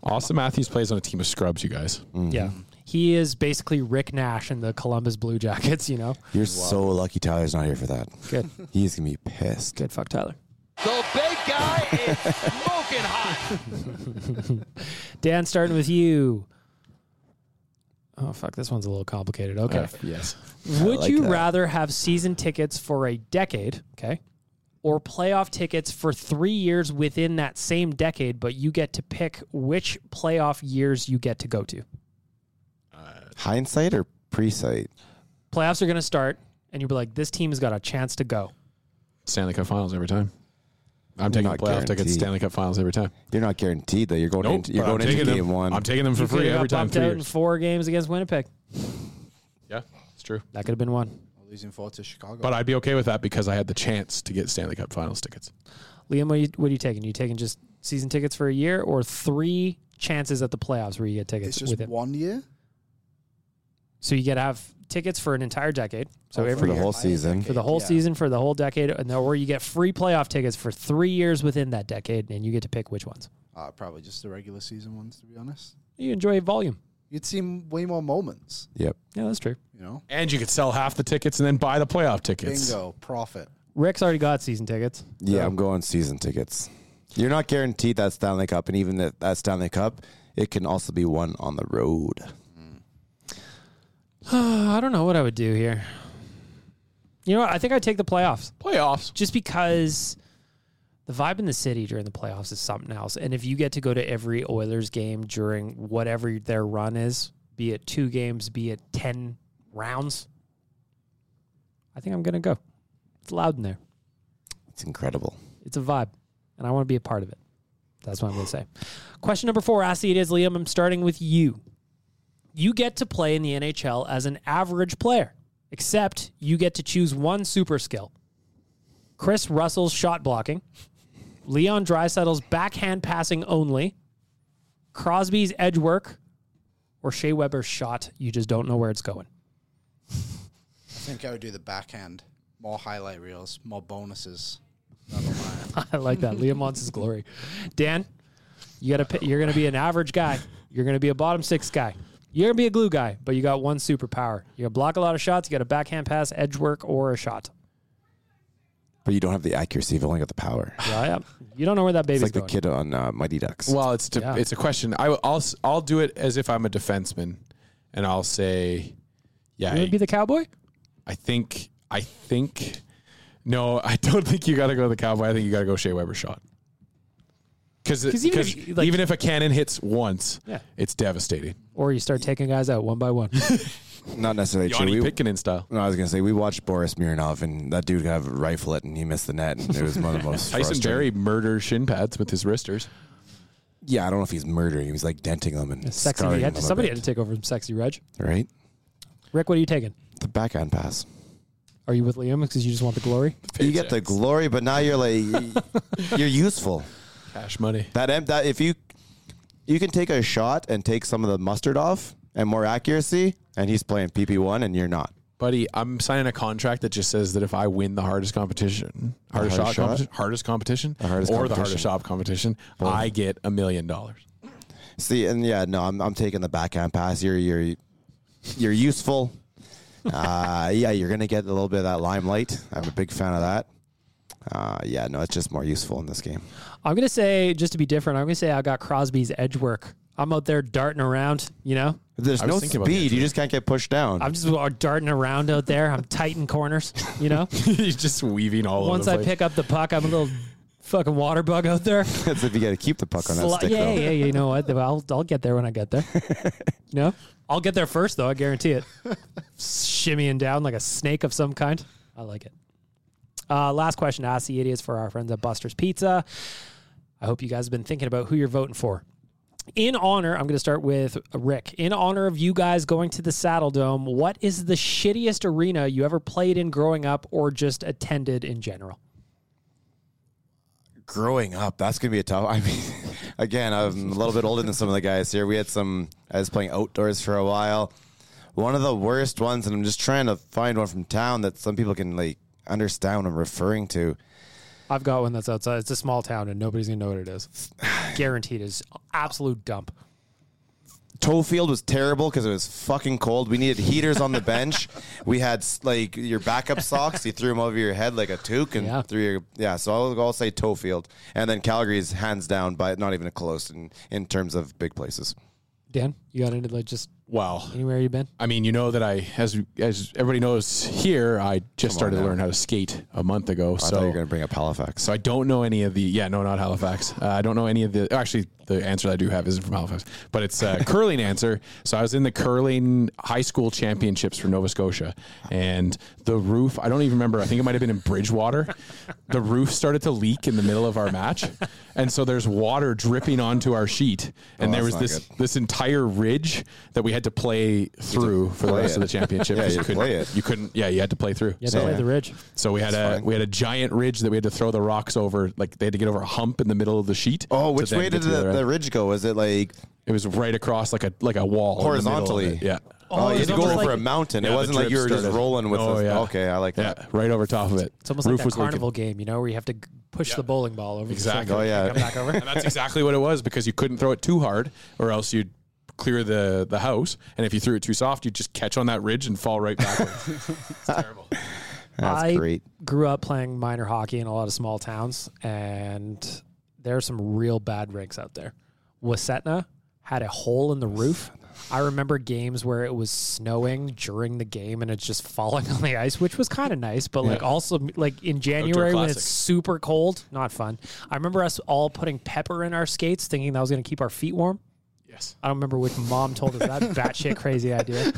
E: Austin Matthews plays on a team of scrubs, you guys.
A: Mm.
B: Yeah. He is basically Rick Nash in the Columbus Blue Jackets, you know?
A: You're so lucky Tyler's not here for that.
B: Good.
A: He's gonna be pissed.
B: Good. Fuck Tyler.
G: The big guy is smoking hot.
B: Dan, starting with you. Oh, fuck. This one's a little complicated. Okay.
E: yes.
B: Would
A: like
B: you
A: that.
B: rather have season tickets for a decade? Okay. Or playoff tickets for three years within that same decade, but you get to pick which playoff years you get to go to.
A: Hindsight or pre-sight?
B: Playoffs are going to start, and you'll be like, this team has got a chance to go.
E: Stanley Cup Finals every time. I'm taking
A: Not
E: the playoff tickets.
A: guaranteed.
E: Stanley Cup Finals every time.
A: You're not guaranteed that you're going.
E: Nope.
A: into, you're
E: but I'm
A: going into
E: taking
A: game
E: them.
A: one.
E: I'm taking them for
B: You could've
E: free
B: got
E: every time.
B: bumped
E: Three
B: out in
E: years.
B: four games against Winnipeg.
E: Yeah, it's true.
B: That could have been one.
F: Losing four to Chicago.
E: But I'd be okay with that because I had the chance to get Stanley Cup Finals tickets.
B: Liam, what are you, what are you taking? you taking just season tickets for a year or three chances at the playoffs where you get tickets
F: it's just
B: with it?
F: one year.
B: So you get to have tickets for an entire decade. So
F: Oh,
B: every
A: for the
B: year.
A: whole season.
B: for the whole
F: Yeah.
B: season, for the whole decade, and then, or you get free playoff tickets for three years within that decade, and you get to pick which ones.
F: Uh, probably just the regular season ones, to be honest.
B: You enjoy volume.
F: You'd see m- way more moments,
A: Yep.
B: Yeah, that's true.
F: you
A: Oh.
F: know?
E: And you could sell half the tickets and then buy the playoff tickets.
F: Bingo, profit.
B: Rick's already got season tickets. [sighs]
A: Yeah, I'm going season tickets. You're not guaranteed that Stanley Cup, and even that, that Stanley Cup, it can also be won on the road.
B: I don't know what I would do here. You know what? I think I'd take the playoffs.
E: Playoffs.
B: just because the vibe in the city during the playoffs is something else. And if you get to go to every Oilers game during whatever their run is, be it two games, be it 10 rounds, I think I'm going to go. It's loud in there.
A: It's incredible.
B: It's a vibe, and I want to be a part of it. That's what I'm going to say. Question number four, Ask the It Is, Liam. I'm starting with you. You get to play in the NHL as an average player, except you get to choose one super skill Chris Russell's shot blocking, Leon Drysettle's backhand passing only, Crosby's edge work, or Shea Weber's shot. You just don't know where it's going.
F: I think I would do the backhand more highlight reels, more bonuses.
B: I like that. Liam wants his glory. Dan, you gotta. Pick, you're gonna be an average guy. You're gonna be a bottom six guy. You're gonna be a glue guy, but you got one superpower. You're gonna block a lot of shots. You got a backhand pass, edge work, or a shot.
A: But you don't have the accuracy. You've only got the power.
B: Yeah, yeah. You don't know where that
A: It's
B: baby's
A: like the
B: going.
A: kid on uh, Mighty Ducks.
E: Well, it's to,
B: Yeah.
E: it's a question. I, will I'll s- I'll do it as if I'm a defenseman, and I'll say, yeah,
B: You
E: I,
B: would be the cowboy.
E: I think I think no, [laughs] I don't think you got to go the cowboy. I think you got to go Shea Weber shot. Because
B: 'Cause even
E: even,
B: if you- like-
E: even if a cannon hits once,
B: Yeah.
E: it's devastating.
B: Or you start taking guys out one
A: [laughs]
B: by one.
A: Not necessarily true.
E: Johnny
A: We-
E: Pitkinen style.
A: no, I was gonna say we watched Boris Mirinov, and that dude could have a rifle it, and he missed the net. And it was one of
E: [laughs]
A: the most
E: Tyson
A: frustrating-
E: Berry murdered shin pads with his wristers.
A: Yeah, I don't know if he's murdering. He was like denting them and
B: Sexy.
A: scarring
B: You had
A: them
B: to,
A: a
B: somebody
A: bit.
B: had to take over from Sexy Reg.
A: right?
B: Rick, what are you taking?
A: The backhand pass.
B: Are you with Liam because you just want the glory?
A: You get the glory, but now you're like you're useful.
E: Cash money.
A: That em- that if you you can take a shot and take some of the mustard off and more accuracy, and he's playing PP one and you're not.
E: Buddy, I'm signing a contract that just says that if I win the hardest competition,
A: hardest
E: hardest, shot,
A: shot?
E: competition, hardest competition,
A: hardest
E: or the
A: competition.
E: hardest shot competition, I get a million dollars. [laughs]
A: See, and yeah, no, I'm I'm taking the backhand pass. You're you're you're useful. Uh, yeah, you're gonna get a little bit of that limelight. I'm a big fan of that. Uh, yeah, no, it's just more useful in this game.
B: I'm gonna say just to be different. I'm gonna say I got Crosby's edge work. I'm out there darting around. You know,
A: There's
E: I was
A: no
E: thinking about the
A: speed. You just can't get pushed down. [laughs]
B: I'm just darting around out there. I'm tight in corners. You know,
E: He's just weaving all
B: once I
E: over the place.
B: pick up the puck, I'm a little fucking water bug out there.
A: That's if you got to keep the puck on that
B: Sli-
A: stick.
B: yeah,
A: though.
B: yeah, yeah. You know what? I'll I'll get there when I
A: [laughs]
B: get there. you know, I'll get there first though. I guarantee it. Shimmying down like a snake of some kind. I like it. Uh, last question to ask the idiots for our friends at Buster's Pizza. I hope you guys have been thinking about who you're voting for. In honor, I'm going to start with Rick. In honor of you guys going to the Saddle Dome, what is the shittiest arena you ever played in growing up or just attended in general?
A: growing up, that's gonna be a tough. I mean, [laughs] again, I'm a little bit older than some of the guys here. We had some. I was playing outdoors for a while. One of the worst ones, and I'm just trying to find one from town that some people can like understand what I'm referring to.
B: I've got one that's outside. It's a small town and nobody's gonna know what it is. Guaranteed is absolute dump.
A: Toefield was terrible because it was fucking cold. We needed heaters on the bench. We had s- like your backup socks. You threw them over your head like a toque and
B: Yeah.
A: threw your yeah. So I'll, I'll say Toefield, and then Calgary's hands down by not even close in in terms of big places.
B: Dan, you got into like just
E: Well,
B: anywhere you've been?
E: I mean, you know that I, as as everybody knows here, I just started to learn how to skate a month ago.
A: Oh, I
E: so
A: thought you were gonna bring up Halifax.
E: So I don't know any of the. Yeah, no, not Halifax. Uh, I don't know any of the. Actually, the answer that I do have isn't from Halifax, but it's
A: [laughs]
E: a curling answer. So I was in the curling high school championships for Nova Scotia, and the roof. I don't even remember. I think it might have been in Bridgewater. The roof started to leak in the middle of our match, and so there's water dripping onto our sheet, and
A: Oh, that's
E: there was
A: not
E: this
A: good.
E: this entire ridge that we had to play through for the
A: play
E: rest of
A: it.
E: the
A: [laughs]
E: championship.
A: Yeah,
E: 'cause
A: you
E: couldn't-
A: play it.
E: You couldn't. Yeah, you had to play through.
B: Yeah,
E: So-
B: so, the ridge.
E: so we had a
A: fine.
E: we had a giant ridge that we had to throw the rocks over. Like they had to get over a hump in the middle of the sheet.
A: Oh,
E: to
A: which
E: then
A: way
E: get
A: did
E: to
A: the,
E: other
A: the
E: end.
A: ridge go? Was it like
E: It was right across like a like a wall in the middle of
A: Horizontally.
E: it. Yeah.
A: oh, you had
B: it's
A: to go
B: almost
A: over
B: like-
A: a mountain?
E: Yeah,
A: it
E: the
A: wasn't like
E: drip
A: you were just
E: started.
A: rolling with.
E: Oh,
A: a-
E: yeah.
A: Okay, I like
E: Yeah,
A: that.
E: right over top of it.
B: It's almost like that carnival game, you know, where you have to g- push the bowling ball over. the
E: Exactly.
B: shoulder
A: Oh, yeah.
B: and Come back over.
E: And that's exactly what it was because you couldn't throw it too hard or else you'd clear the the house. And if you threw it too soft, you'd just catch on that ridge and fall
B: [laughs]
E: right backwards. it's terrible.
A: That's
B: I
A: great.
B: grew up playing minor hockey in a lot of small towns, and there are some real bad rinks out there. Wasetna had a hole in the roof. I remember games where it was snowing during the game and it's just falling [laughs] on the ice, which was kind of nice, but like also like in January when
E: classic.
B: it's super cold, not fun. I remember us all putting pepper in our skates, thinking that was going to keep our feet warm.
E: Yes.
B: I don't remember which mom told us
A: [laughs]
B: that batshit crazy idea.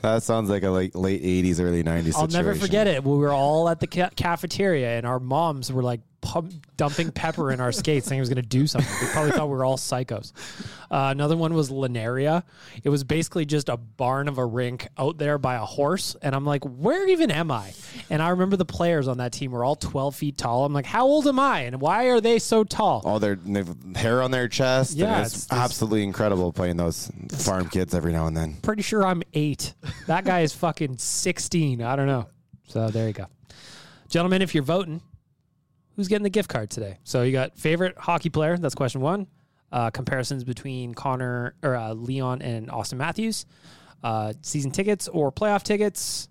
A: That sounds like a like late '80s, early '90s.
B: I'll
A: situation.
B: never forget it. We were all at the ca- cafeteria, and our moms were like pump, dumping pepper in our skates, thinking it was going to do something. We probably thought we were all psychos. Uh, another one was Linaria. It was basically just a barn of a rink out there by a horse, and I'm like, where even am I? And I remember the players on that team were all 12 feet tall. I'm like, how old am I, and why are they so tall?
A: All their and they've hair on their chest.
B: Yeah,
A: and it's,
B: it's- it's-
A: absolutely incredible playing those farm kids every now and then.
B: Pretty sure I'm eight. That guy is fucking 16. I don't know. So there you go. Gentlemen, if you're voting, who's getting the gift card today? So you got favorite hockey player. That's question one. Uh, comparisons between Connor or uh, Leon and Austin Matthews. Uh, season tickets or playoff tickets.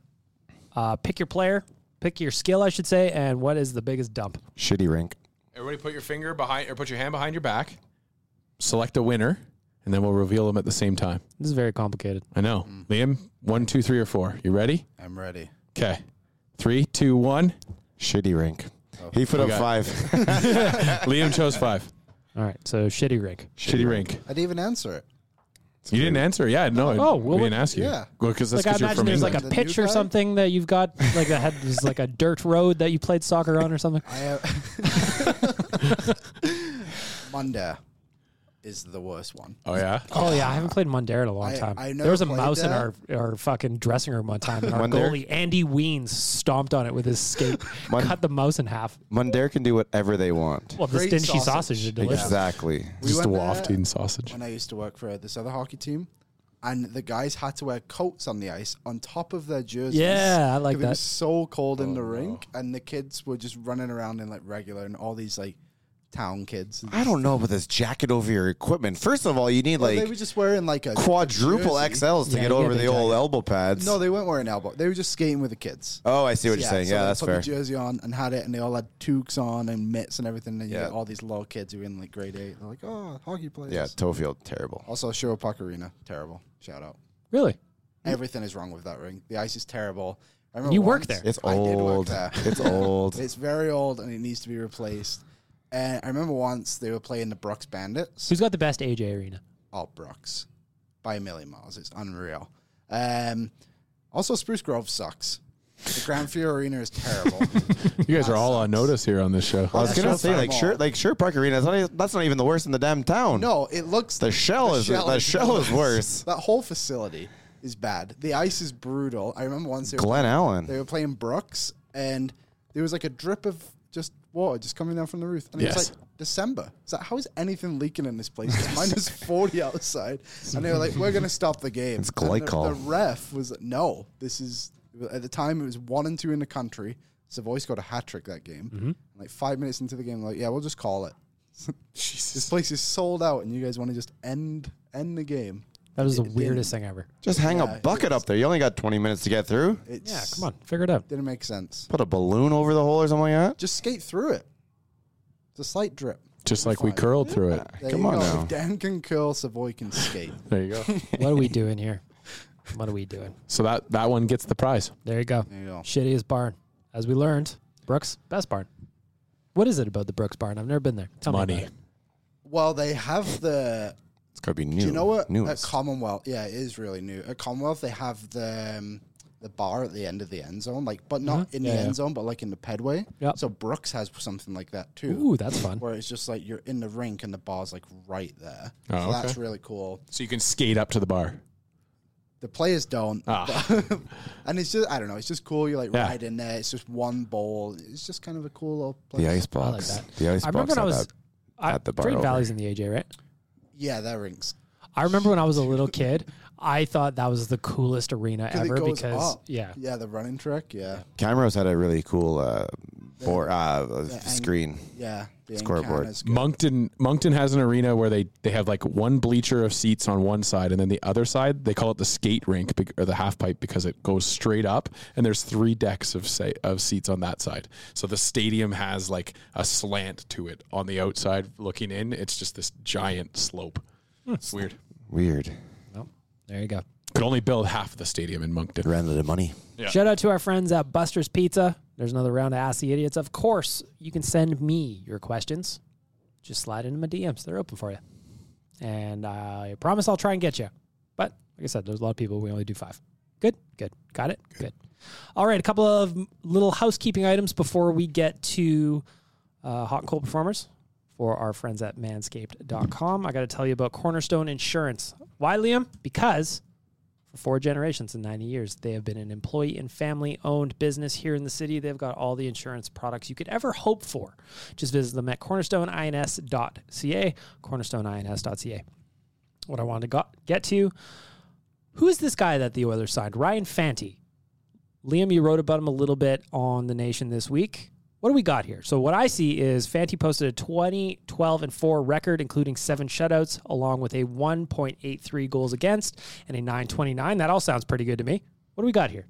B: Uh, pick your player. Pick your skill, I should say. And what is the biggest dump?
A: Shitty rink.
E: Everybody put your finger behind or put your hand behind your back. Select a winner, and then we'll reveal them at the same time.
B: This is very complicated.
E: I know. Liam, one, two, three, or four. You ready?
F: I'm ready.
E: Okay. Three, two, one.
A: Shitty rink. He put
E: We
A: up
E: got-
A: five. [laughs]
E: Liam chose five.
B: All right. So shitty rink.
E: Shitty rink.
F: I'd even answer it.
E: You didn't answer. Yeah, no.
B: Oh,
E: we
B: well,
E: didn't ask you.
F: yeah.
E: Well, because that's
B: Like I
E: because you're
B: imagine
E: from
B: there's
E: England.
B: like a
F: England. The new
B: pitch or
F: guy?
B: something that you've got, like that had was like a dirt road that you played soccer on or something.
F: I have Munda is the worst one.
E: oh yeah.
B: [laughs] Oh yeah, I haven't played Mundare in a long
F: I-
B: time.
F: I
B: there
F: never
B: was a
F: played
B: mouse in our,
F: that.
B: our fucking dressing room one time, and our
A: Mundare?
B: goalie Andy Weens stomped on it with his
E: [laughs]
B: skate,
A: Mun-
B: cut the mouse in half.
A: Mundare can do whatever they want.
B: Well, the
F: Great
B: stingy sausage,
F: sausage.
B: is delicious.
A: Exactly.
F: We
E: Just a
F: went there
E: wafting sausage.
F: When I used to work for this other hockey team, and the guys had to wear coats on the ice on top of their jerseys.
B: Yeah, I like
F: 'cause
B: that.
F: It was so cold in the rink, and the kids were just running around in like regular, and all these like town kids. and
A: I don't know about this jacket over your equipment. First of all, you need
F: they
A: like
F: were just wearing like a
A: quadruple
F: jersey.
A: XLs to
B: Yeah,
A: get
B: you
A: over
B: get
A: the
B: the
A: old elbow pads.
F: No, they weren't wearing elbow. They were just skating with the kids.
A: oh, I see what you're saying.
F: so
A: yeah,
F: they
A: that's
F: put
A: fair.
F: the jersey on and had it, and they all had toques on and mitts and everything. And you
A: Yeah.
F: get all these little kids who are in like grade eight. They're like, oh, hockey players.
A: yeah, Tofield, terrible.
F: Also, Shuropak Arena, terrible. Shout out.
B: Really?
F: Everything is wrong with that ring. The ice is terrible. I remember
B: You work
F: once-
B: there.
A: It's
F: I did work
A: old.
F: there.
A: [laughs] It's old.
F: It's very old and it needs to be replaced. And I remember once they were playing the Brooks Bandits.
B: Who's got the best AJ arena?
F: Oh, Brooks. By a million miles. It's unreal. Um, also, Spruce Grove sucks. The Grand Fear Arena is terrible.
E: You guys are all on notice here on this show.
A: I was
F: That's
A: gonna
F: not
A: say
F: fun.
A: like sure, like sure, Park Arena. That's not, even- that's not even the worst in the damn town.
F: no, it looks.
A: The shell is- the shell is worse.
F: [laughs] That whole facility is bad. The ice is brutal. I remember once they were
A: Glen Allen.
F: they were playing Brooks, and there was like a drip of just water just coming down from the roof. And it
E: Yes.
F: was like December. It's like, how is anything leaking in this place? It's minus 40 outside. And they were like, we're going to stop the game.
A: It's
F: And the-
A: glycol.
F: The, ref was like, no, this is, at the time, it was one and two in the country. Savoy scored a hat trick that game. Like five minutes into the game, like, yeah, we'll just call it. This place is sold out, and you guys want to just end end the game.
B: That was the weirdest thing ever.
A: Just hang a
F: Yeah,
A: bucket up there. You only got 20 minutes to get through.
F: It's,
B: Yeah, come on, figure it out. [laughs]
F: Didn't make sense.
A: Put a balloon over the hole or something like that.
F: Just skate through it. It's a slight drip.
E: Just like we curled through it.
F: There
A: Come
F: you
A: on
F: go.
A: now.
F: If Dan can curl, Savoy can skate. [laughs]
E: There you go.
B: What are we doing here? What are we doing?
E: so that that one gets the prize.
B: There you go.
F: There you go.
B: Shittiest barn, as we learned. Brooks best barn. What is it about the Brooks barn? I've never been there.
F: Oh
B: Tell me.
E: Money.
B: about it.
F: Well, they have the.
A: It's gotta be new.
F: Do you know what? At
A: Newest.
F: Commonwealth, yeah, it is really new. At Commonwealth, they have the um, the bar at the end of the end zone, like, but not in the
B: yeah.
F: end zone, but like in the pedway.
B: Yep.
F: So Brooks has something like that too.
B: Ooh, that's fun.
F: Where it's just like you're in the rink and the bar's like right there. so
E: Oh,
F: that's
E: okay.
F: really cool.
E: So you can skate up to the bar. Ah.
F: The players don't. but- [laughs] and it's just I don't know. It's just cool. You're like
E: Yeah.
F: right in there. It's just one ball. It's just kind of a cool little place.
A: The ice
B: I
A: box.
B: like that.
A: The ice
B: I
A: box.
B: remember when I
A: had
B: was
A: that.
B: I-
A: at the bar
B: Great
A: over.
B: Valley's in the AJ, right?
F: Yeah, that rink's
B: I remember when I was a little kid, I thought that was the coolest arena
F: [laughs] 'Cause it
B: ever
F: goes
B: because
F: up.
B: yeah,
F: yeah, the running track, yeah,
A: Camrose had a really cool uh, board, uh, screen.
F: yeah, the
A: Scoreboard.
F: Encounters.
E: Moncton Moncton has an arena where they they have like one bleacher of seats on one side and then the other side they call it the skate rink bec- or the half pipe because it goes straight up and there's three decks of say of seats on that side. So the stadium has like a slant to it on the outside looking in. It's just this giant slope.
F: Hmm.
E: It's weird.
A: Weird.
B: Well, there you go.
E: Could only build half the stadium in Moncton.
A: Ran out of money.
E: Yeah.
B: Shout out to our friends at Buster's Pizza. There's another round of Ask the Idiots. Of course, you can send me your questions. Just slide into my DMs; they're open for you. And I promise I'll try and get you. But like I said, there's a lot of people. We only do five. Good, good, got it. Good. All right, a couple of little housekeeping items before we get to uh, hot and cold performers for our friends at Manscaped.com. I got to tell you about Cornerstone Insurance. Why, Liam? Because for four generations in 90 years. They have been an employee and family owned business here in the city. They've got all the insurance products you could ever hope for. Just visit them at cornerstoneins.ca, cornerstoneins.ca. What I wanted to go- get to who is this guy that the Oilers signed? Ryan Fanti. Liam, you wrote about him a little bit on The Nation this week. What do we got here? So, what I see is Fanti posted a 20, 12, and 4 record, including seven shutouts, along with a 1.83 goals against and a 929. That all sounds pretty good to me. What do we got here?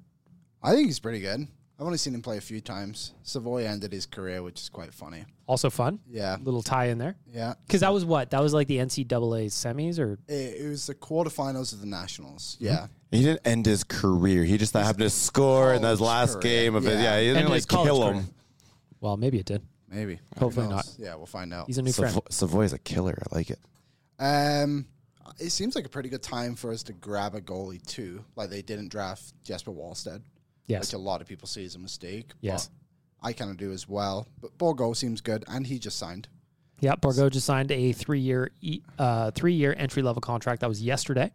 F: I think he's pretty good. I've only seen him play a few times. Savoy ended his career, which is quite funny.
B: Also fun.
F: Yeah.
B: Little tie in there.
F: Yeah.
B: Because that was what? That was like the NCAA semis or
F: It, it was the quarterfinals of the Nationals. Yeah.
A: He didn't end his career. He just happened to score in his last
F: career.
A: game of
F: Oh,
A: it.
F: Yeah.
A: Yeah, he
B: End
A: didn't
B: his
A: like
B: college
A: kill
B: career.
A: him.
B: well, maybe it did.
F: Maybe.
B: Hopefully
F: Who knows?
B: not.
F: Yeah, we'll find out.
B: He's a new friend.
A: Savo- Savoy's a killer. I like it.
F: Um, it seems like a pretty good time for us to grab a goalie too. Like they didn't draft Jesper Wallstead,
B: Yes.
F: which a lot of people see as a mistake. but
B: Yes.
F: I kind of do as well. But Borgo seems good, and he just signed.
B: Yeah, Borgo just signed a three-year, e- uh, three-year entry-level contract. That was yesterday.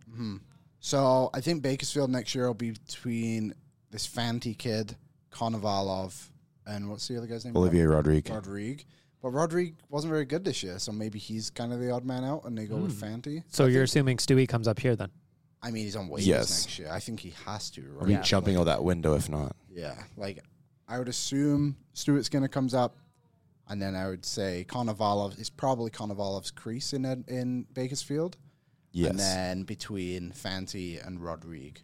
F: So I think Bakersfield next year will be between this Fanti kid, Konovalov, and what's the other guy's name?
A: Olivier Rodrigue.
F: Rodrigue. But Rodrigue wasn't very good this year, so maybe he's kind of the odd man out, and they go with Fanti.
B: So you're assuming Stewie comes
A: [sighs]
B: up here then?
F: I mean, he's on waivers
A: Yes.
F: next year. I think he has to. Right?
A: I mean, jumping out that window if not.
F: Yeah, like I would assume Stuart Skinner comes up, and then I would say Konovalov is probably Konovalov's crease in Ed- in Bakersfield,
A: Yes.
F: and then between Fanti and Rodrigue.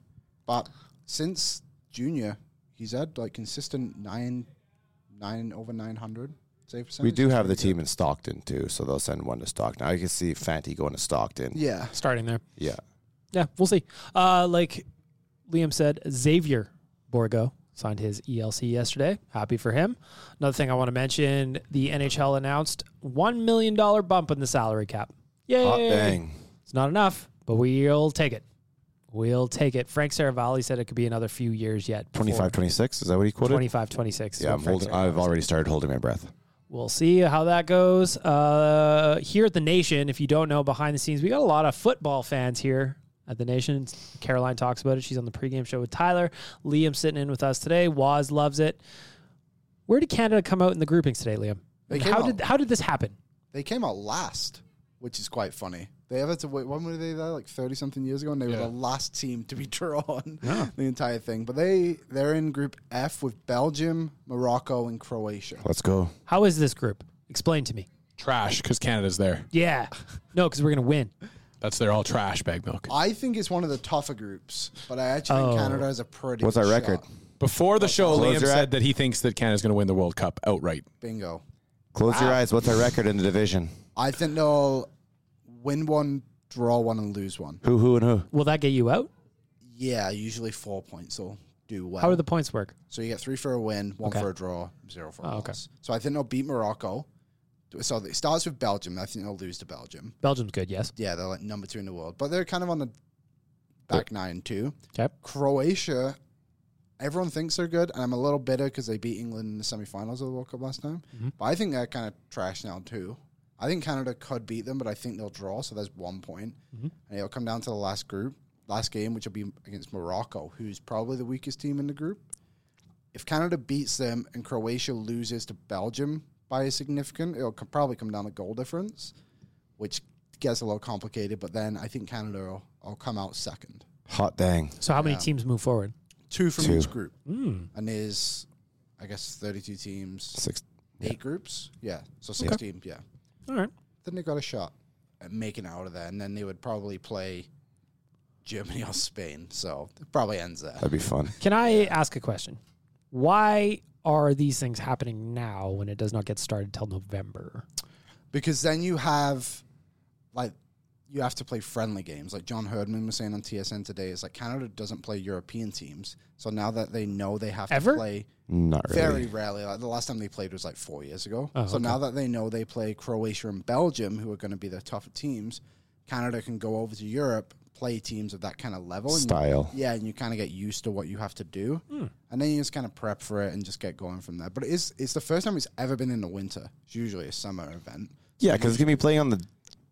F: But since junior, he's had like consistent nine, nine over nine hundred save percentage.
A: we do have the team in Stockton too, so they'll send one to Stockton. I can see Fanti going to Stockton.
F: Yeah,
B: Starting there.
A: Yeah.
B: Yeah, we'll see. Uh, like Liam said, Xavier Borgo signed his ELC yesterday. Happy for him. Another thing I want to mention: the NHL announced one million dollar bump in the salary cap. Yay!
A: Hot dang.
B: It's not enough, but we'll take it. We'll take it. Frank Saravalli said it could be another few years yet. before-
A: 25 26 is that what he quoted?
B: 25, 26. is
A: yeah,
B: what
A: I'm
B: Frank
A: holding,
B: Saravalli
A: I've already started holding my breath.
B: We'll see how that goes. Uh, here at the Nation, if you don't know, behind the scenes, we got a lot of football fans here at the Nation. Caroline talks about it. She's on the pregame show with Tyler. Liam sitting in with us today. Waz loves it. Where did Canada come out in the groupings today, Liam?
F: They
B: And
F: came
B: how
F: out-
B: did how did this happen?
F: they came out last, which is quite funny. They ever to wait. When were they there? Like thirty something years ago, and they were the last team to be [laughs] drawn the entire thing. But they they're in Group F with Belgium, Morocco, and Croatia.
A: Let's go.
B: How is this group? Explain to me.
E: Trash because Canada's there.
B: Yeah, [laughs] no, because we're gonna win.
E: That's their all trash bag milk.
F: I think it's one of the tougher groups, but I actually
B: Oh.
F: think Canada is a pretty.
A: What's
F: good
A: our record?
F: shot.
E: Before the show,
A: Close
E: Liam
A: your eye-
E: said that he thinks that Canada's going to win the World Cup outright.
F: Bingo.
A: Close your eyes. What's our record in the division?
F: I think they'll win one, draw one, and lose one.
A: Who, who, and who?
B: Will that get you out?
F: Yeah, usually four points will do well.
B: How do the points work?
F: So you get three for a win, one for a draw, zero for a
B: Oh,
F: loss.
B: okay.
F: So I think they'll beat Morocco. So it starts with Belgium. I think they'll lose to Belgium.
B: Belgium's good, yes.
F: Yeah, they're like number two in the world, but they're kind of on the back nine too.
B: Okay.
F: Croatia, everyone thinks they're good, and I'm a little bitter because they beat England in the semifinals of the World Cup last time. But I think they're kind of trash now too. I think Canada could beat them, but I think they'll draw. So there's one point, and it'll come down to the last group, last game, which will be against Morocco, who's probably the weakest team in the group. If Canada beats them and Croatia loses to Belgium by a significant, it'll co- probably come down to goal difference, which gets a little complicated. But then I think Canada will, will come out second
A: Hot dang.
B: So how many teams move forward?
F: two from
A: Two.
F: each group, and there's I guess 32 teams,
A: Six.
F: eight groups, yeah, so six teams, yeah.
B: All right.
F: Then they got a shot at making out of that, and then they would probably play Germany [laughs] or Spain, so it probably ends there.
A: That'd be fun.
B: Can I ask a question? Why are these things happening now when it does not get started till November?
F: because then you have like you have to play friendly games like john herdman was saying on tsn today is like canada doesn't play european teams so now that they know they have
B: Ever?
F: to play
A: Not really.
F: very rarely like the last time they played was like four years ago so now that they know they play croatia and belgium who are going to be the tougher teams canada can go over to europe play teams of that kind of level and you-
A: Style.
F: yeah and you kind of get used to what you have to do and then you just kind of prep for it and just get going from there but it is it's the first time it's ever been in the winter it's usually a summer event
A: Yeah, because it's going to be playing on the.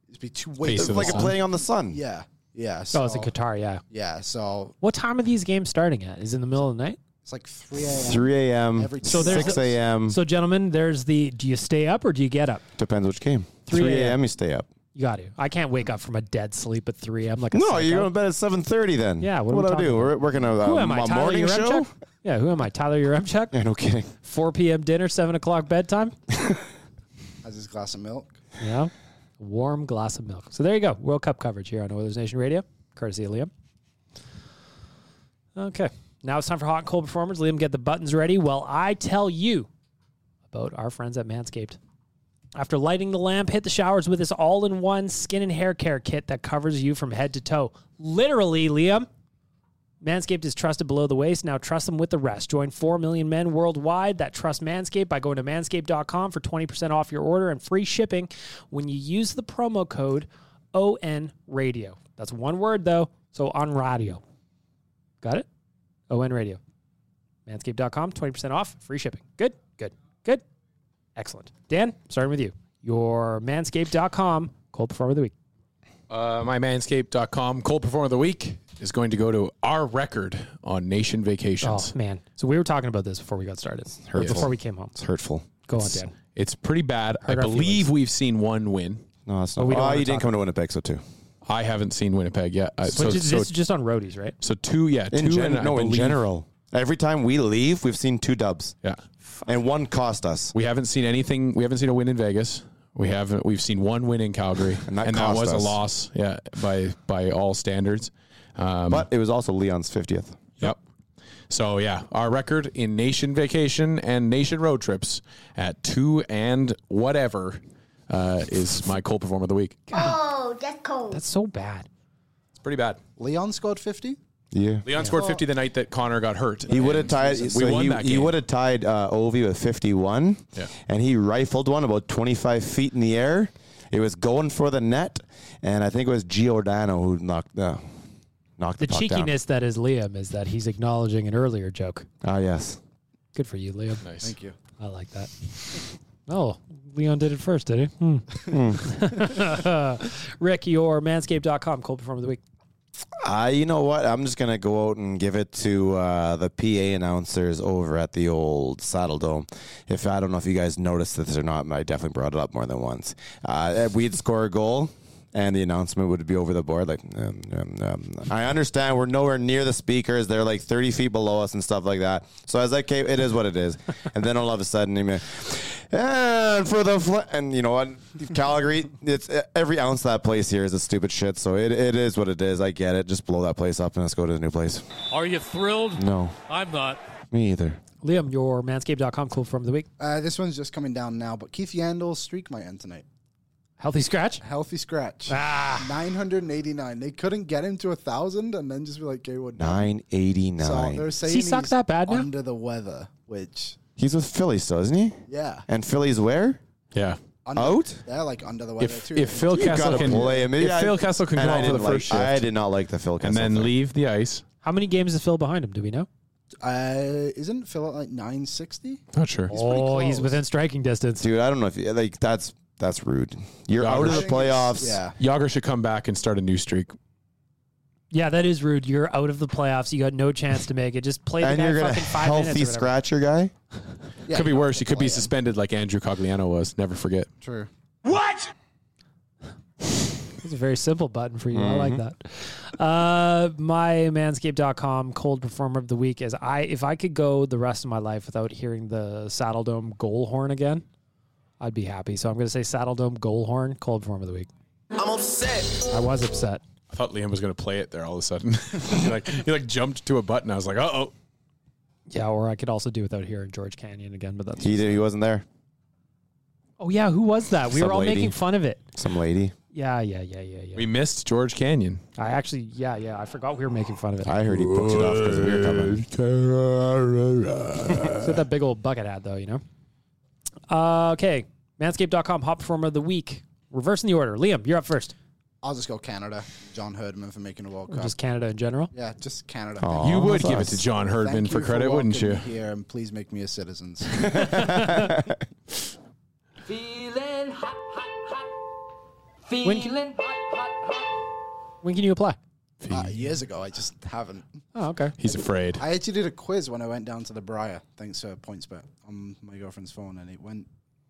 F: It'd be two ways.
E: Face
A: It's
E: of the
A: like
E: sun.
A: playing on the sun.
F: Yeah, yeah. So
B: Oh, it's in Qatar, yeah.
F: yeah, so
B: What time are these games starting at? Is it in the middle of the night?
F: it's like three a.m.
A: 3 a.m.,
F: Every
B: So there's
A: 6
B: the-
A: a.m.
B: So, gentlemen, there's the do you stay up or do you get up?
A: Depends which game.
B: 3
A: 3
B: a.m.
A: a.m. you stay up.
B: You got to. I can't wake up from a dead sleep at three. I'm like, a
A: No,
B: psycho.
A: you're going to bed at seven thirty then.
B: Yeah, what
A: what
B: are we
A: do I
B: talking
A: do?
B: about?
A: We're working a,
B: Who
A: a,
B: am I?
A: a
B: Tyler
A: morning
B: Uremchuk?
A: show.
B: Yeah, who am I? Tyler Uremchuk?
A: [laughs] Yeah, no
B: [laughs]
A: kidding.
B: 4 p.m. dinner, 7 o'clock bedtime.
F: [laughs] Has his glass of milk.
B: Yeah. Warm glass of milk. So there you go. World Cup coverage here on Oilers Nation Radio, courtesy of Liam. Okay. Now it's time for hot and cold performers. Liam, get the buttons ready while I tell you about our friends at Manscaped. After lighting the lamp, hit the showers with this all in one skin and hair care kit that covers you from head to toe. Literally, Liam. Manscaped is trusted below the waist. Now trust them with the rest. Join 4 million men worldwide that trust Manscaped by going to manscaped.com for 20% off your order and free shipping when you use the promo code ON radio. That's one word though. So on radio. Got it? ON radio. Manscaped.com, 20% off, free shipping. Good, good, good. Excellent. Dan, starting with you. Your manscaped.com cold performer of the week.
E: Uh, my manscaped.com cold performer of the week is going to go to our record on nation
B: Oh,
E: vacations.
B: man. So we were talking about this before we got started, or
E: hurtful.
B: before we came home.
A: It's hurtful.
B: Go on, Dan.
E: It's pretty bad. I
B: our
E: believe we've seen one win.
A: No, it's
B: Oh,
A: not.
B: we don't
A: Oh,
B: wanna
A: you didn't
B: talk
A: come to Winnipeg, so two.
E: I haven't seen Winnipeg yet. I, so,
B: Which is,
E: so,
B: this is just on roadies, right?
E: so two, yeah,
A: In
E: two.
A: gen-
E: and I
A: no, in
E: believe-
A: general. Every time we leave, we've seen two dubs,
E: yeah.
A: and one cost us.
E: We haven't seen anything. We haven't seen a win in Vegas. We haven't. We've seen one win in Calgary,
A: [laughs] And that
E: that
A: cost
E: was
A: us.
E: a loss. Yeah, by by all standards. Um,
A: But it was also Leon's fiftieth.
E: Yep. So yeah, our record in nation vacation and nation road trips at two and whatever uh, is my cold performer of the week.
B: That's so bad.
E: It's pretty bad.
F: Leon scored 50.
A: Yeah,
E: Leon scored fifty the night that Connor got hurt.
A: He would have
E: And
A: tied.
E: We
A: so
E: won
A: he,
E: that
A: he
E: game.
A: would have tied uh, Ovi with 51,
E: Yeah.
A: and he rifled one about 25 feet in the air. It was going for the net, and I think it was Giordano who knocked uh, knocked
B: The
A: the, puck down.
B: cheekiness that is Liam is that he's acknowledging an earlier joke.
A: Ah, yes.
B: Good for you, Liam.
E: Nice.
F: Thank you.
B: I like that. Oh, Leon did it first, did he? Hmm. [laughs] Rick, your manscaped.com cold performer of the week.
A: Uh, you know what? I'm just gonna go out and give it to uh, the PA announcers over at the old Saddle Dome. If I don't know if you guys noticed this or not, I definitely brought it up more than once. Uh, we'd score a goal, and the announcement would be over the board. Like, um, um, um. I understand we're nowhere near the speakers; they're like 30 feet below us and stuff like that. So I was like, okay, it is what it is. And then all of a sudden, I mean, and for the fl-, and you know what, Calgary, it's every ounce of that place here is a stupid shit. So it, it is what it is. I get it. Just blow that place up and let's go to the new place.
G: Are you thrilled?
A: No,
G: I'm not.
A: me either.
B: Liam, your manscaped.com cold performer of the week.
F: Uh, this one's just coming down now, but Keith Yandel's streak might end tonight.
B: Healthy scratch.
F: Healthy scratch. 989. They couldn't get him to a thousand, and then just be like, "Okay, what?"
A: Nine eighty
F: So
A: nine.
F: they're saying
B: he suck
F: he's
B: that bad now?
F: under the weather, which
A: He's with Philly still, isn't he?
F: yeah,
A: And Philly's where?
E: Yeah.
F: under,
A: Out?
F: They're like under the weather
E: If
F: too.
E: if Phil
A: You
E: Kessel
A: gotta
E: can
A: play him.
E: if
A: Yeah, I-
E: Phil Kessel can
A: and
E: go
A: I
E: on for the
A: didn't
E: first
A: like- I
E: shift
A: did not like the Phil Kessel.
E: and then
A: thing.
E: leave the ice.
B: How many games is Phil behind him? Do we know?
F: uh, isn't Phil at like 960?
E: Not sure.
F: pretty
B: oh, he's
F: close.
B: within striking distance.
A: dude. I don't know if you- like that's that's rude. You're
E: Yeah,
A: out of
E: I
A: the
E: think
A: playoffs.
F: Yeah,
E: Yager should come back and start a new streak.
B: Yeah, that is rude. You're out of the playoffs. You got no chance to make it. Just play the
A: And
B: guy
A: you're gonna
B: fucking five minutes.
A: healthy
B: or whatever.
A: scratch your guy.
F: yeah
E: could be
F: you
E: worse.
F: have
E: He
F: to
E: could be
F: play him.
E: suspended like Andrew Cogliano was. Never forget.
F: True.
G: What?
B: It's a very simple button for you. I like
A: Mm-hmm.
B: that. Uh, my manscaped.com cold performer of the week is I if I could go the rest of my life without hearing the Saddle Dome goal horn again, I'd be happy. So I'm going to say Saddle Dome goal horn cold performer of the week.
G: I'm upset.
B: I was upset.
E: I thought Liam was going to play it there all of a sudden. [laughs] he like he like jumped to a button. I was like, uh oh.
B: Yeah, or I could also do without hearing George Canyon again, but that's
A: He did. He wasn't there.
B: Oh yeah, who was that? We were
A: Some
B: all
A: lady.
B: making fun of it.
A: Some lady.
B: Yeah, yeah, yeah, yeah, yeah.
E: We missed George Canyon.
B: I actually yeah, yeah, I forgot we were making fun of it.
A: I heard he booked it off because we were coming.
B: It's got that big old bucket hat, though, you know? Uh, okay. Manscaped.com, hot performer of the week. Reversing the order. Liam, you're up first.
F: I'll just go Canada. John Herdman for making a World
B: Or
F: Cup.
B: just Canada in general.
F: yeah, just Canada.
E: you would
A: that's
E: give it
A: us.
E: to John
F: Thank
E: Herdman
F: you
E: for credit, wouldn't
F: welcoming
E: you?
F: me Here and please make me a citizen.
G: Feeling hot, hot, hot.
B: When can-
G: Feeling hot, hot, hot.
B: When can you apply?
F: uh, years ago, I just haven't.
B: Oh, okay.
E: He's afraid.
F: I actually did a quiz when I went down to the Briar, thanks to PointsBet, on my girlfriend's phone, and it went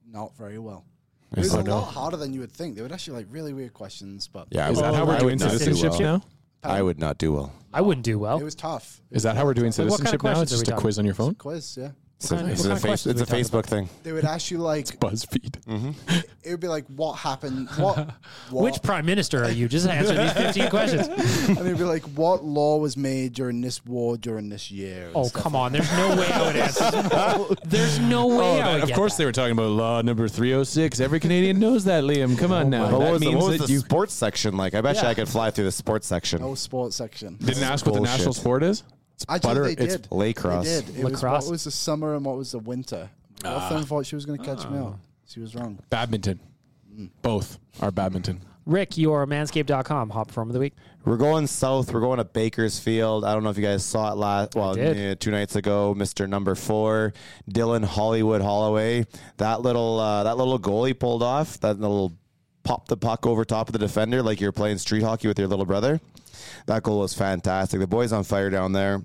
F: not very well. It was
E: Oh,
F: a
E: no.
F: lot harder than you would think. They would ask you like really weird questions, but
A: Yeah, I
E: Is
A: would-
E: that how
A: I
E: we're doing
A: would not do
E: citizenships
A: well.
E: now?
A: I would not do well.
B: I wouldn't do well.
F: it was tough.
E: Is that how we're doing
B: Wait, what kind of
E: citizenship now?
B: questions
E: It's
B: are we
E: just a
B: talking
E: quiz on your phone?
F: Quiz, yeah.
A: It's
B: kind
A: a,
B: of-
A: it's
B: what
A: a
B: kind of
A: face-
B: questions
A: it's a
B: are we talking
A: Facebook thing.
F: They would ask you like
E: BuzzFeed.
F: it would be like what happened, what, what
B: Which prime minister are you? Just answer
F: [laughs]
B: these 15 questions.
F: and it'd be like what law was made during this war during this year. and
B: Oh,
F: stuff.
B: come on. There's no way I
F: [laughs]
B: would answer. There's no way
E: Oh,
B: I
E: that-
B: would
E: of
B: get
E: course
B: that.
E: they were talking about law number 306. Every Canadian knows that, Liam. Come
F: Oh
E: on now.
A: But
E: that
A: what was, the,
E: means
A: what was
E: that
A: the
E: you
A: sports section like? I bet you
F: Yeah.
A: I could fly through the sports section.
B: Oh,
F: No sports section.
E: didn't ask what the
A: bullshit.
E: national sport is.
F: Actually,
E: butter-
F: they
E: it's
F: did.
A: lacrosse.
F: They did. It was
B: Lacrosse.
F: what was the summer and what was the winter. Hawthorne thought she was going to catch me out. She was wrong.
E: Ah.
F: Mm.
E: Badminton. Both are badminton.
B: Rick, your manscaped.com hot performer of the week.
A: We're going south. We're going to Bakersfield. I don't know if you guys saw it last, well,
B: did.
A: yeah, two nights ago. Mister Number Four, Dylan Hollywood Holloway. That little, uh, that little goal he pulled off. That little pop the puck over top of the defender, like you're playing street hockey with your little brother. That goal was fantastic. The boys on fire down there.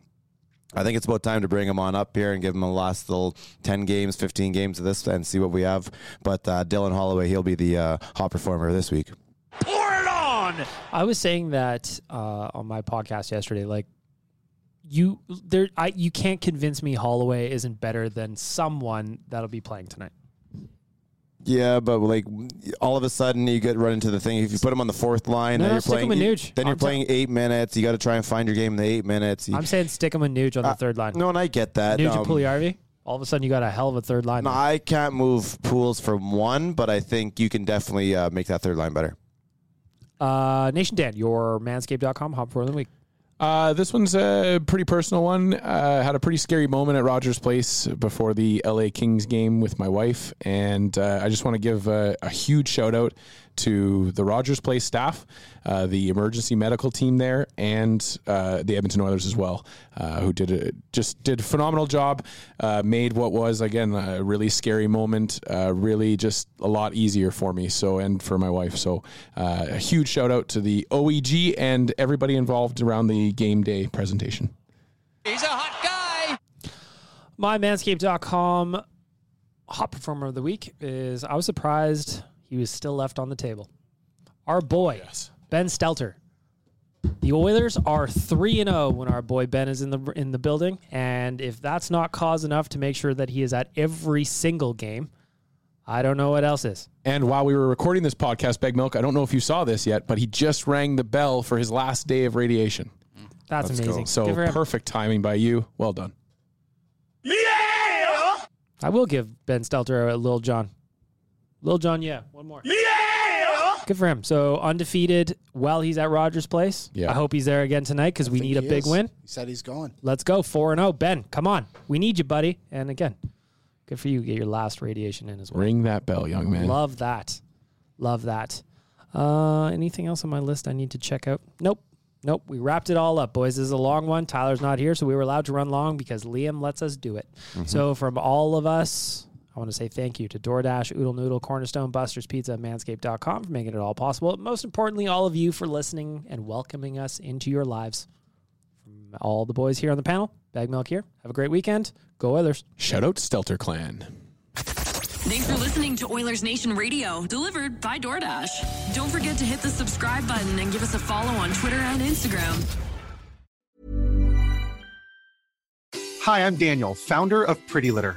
A: I think it's about time to bring him on up here and give him a last little 10 games, 15 games of this and see what we have. But uh, Dylan Holloway, he'll be the uh, hot performer this week.
B: I was saying that uh, on my podcast yesterday. Like you, there, I you can't convince me Holloway isn't better than someone that'll be playing tonight.
A: Yeah, but like all of a sudden you get run into the thing. If you put him on the fourth line,
B: No,
A: then
B: no,
A: you're
B: stick
A: playing.
B: him with
A: you-
B: Nuge.
A: then you're
B: I'm ta-
A: playing eight minutes. You got to try and find your game in the eight minutes. You-
B: I'm saying stick him with Nuge on the third line.
A: Uh, no, and I get that.
B: Nuge
A: Um,
B: and Pugliarvi. All of a sudden, you got a hell of a third line.
A: no,
B: there.
A: I can't move pools from one, but I think you can definitely uh, make that third line better.
B: uh, Nation Dan, your manscaped.com hot performer of the week.
E: Uh, this one's a pretty personal one. Uh, had a pretty scary moment at Rogers Place before the LA Kings game with my wife, and uh, I just want to give a, a huge shout out to the Rogers Place staff, uh, the emergency medical team there, and uh, the Edmonton Oilers as well, uh, who did a, just did a phenomenal job. Uh, made what was again a really scary moment, uh, really just a lot easier for me. So and for my wife. So uh, a huge shout out to the OEG and everybody involved around the game day presentation.
G: He's a hot guy.
B: My manscaped.com hot performer of the week is I was surprised he was still left on the table. Our boy, Ben Stelter. The Oilers are 3 and 0 when our boy Ben is in the in the building, and if that's not cause enough to make sure that he is at every single game, I don't know what else is.
E: And while we were recording this podcast, Beg Milk, I don't know if you saw this yet, but he just rang the bell for his last day of radiation.
B: That's amazing.
E: So
B: Give her a-
E: perfect timing by you. Well done.
B: I will give Ben Stelter a Lil John. Lil John, yeah, one more. Good for him. So undefeated while he's at Rogers Place.
E: Yeah.
B: I hope he's there again tonight because we
F: Think
B: need a
F: he
B: big
F: is.
B: win.
F: He said he's going.
B: Let's go. 4 0. Ben, come on. We need you, buddy. And again, good for you. Get your last radiation in as well.
E: Ring that bell, young man.
B: Love that. Love that. Uh, anything else on my list I need to check out? Nope. Nope. We wrapped it all up, boys. This is a long one. Tyler's not here, so we were allowed to run long because Liam lets us do it.
E: Mm-hmm.
B: So, from all of us, I want to say thank you to DoorDash, Oodle Noodle, Cornerstone, Buster's Pizza, and Manscaped.com for making it all possible. Most importantly, all of you for listening and welcoming us into your lives. From all the boys here on the panel, Bag Milk here. Have a great weekend. Go Oilers.
E: Shout out Stelter Clan.
H: Thanks for listening to Oilers Nation Radio, delivered by DoorDash. Don't forget to hit the subscribe button and give us a follow on Twitter and Instagram.
I: Hi, I'm Daniel, founder of Pretty Litter.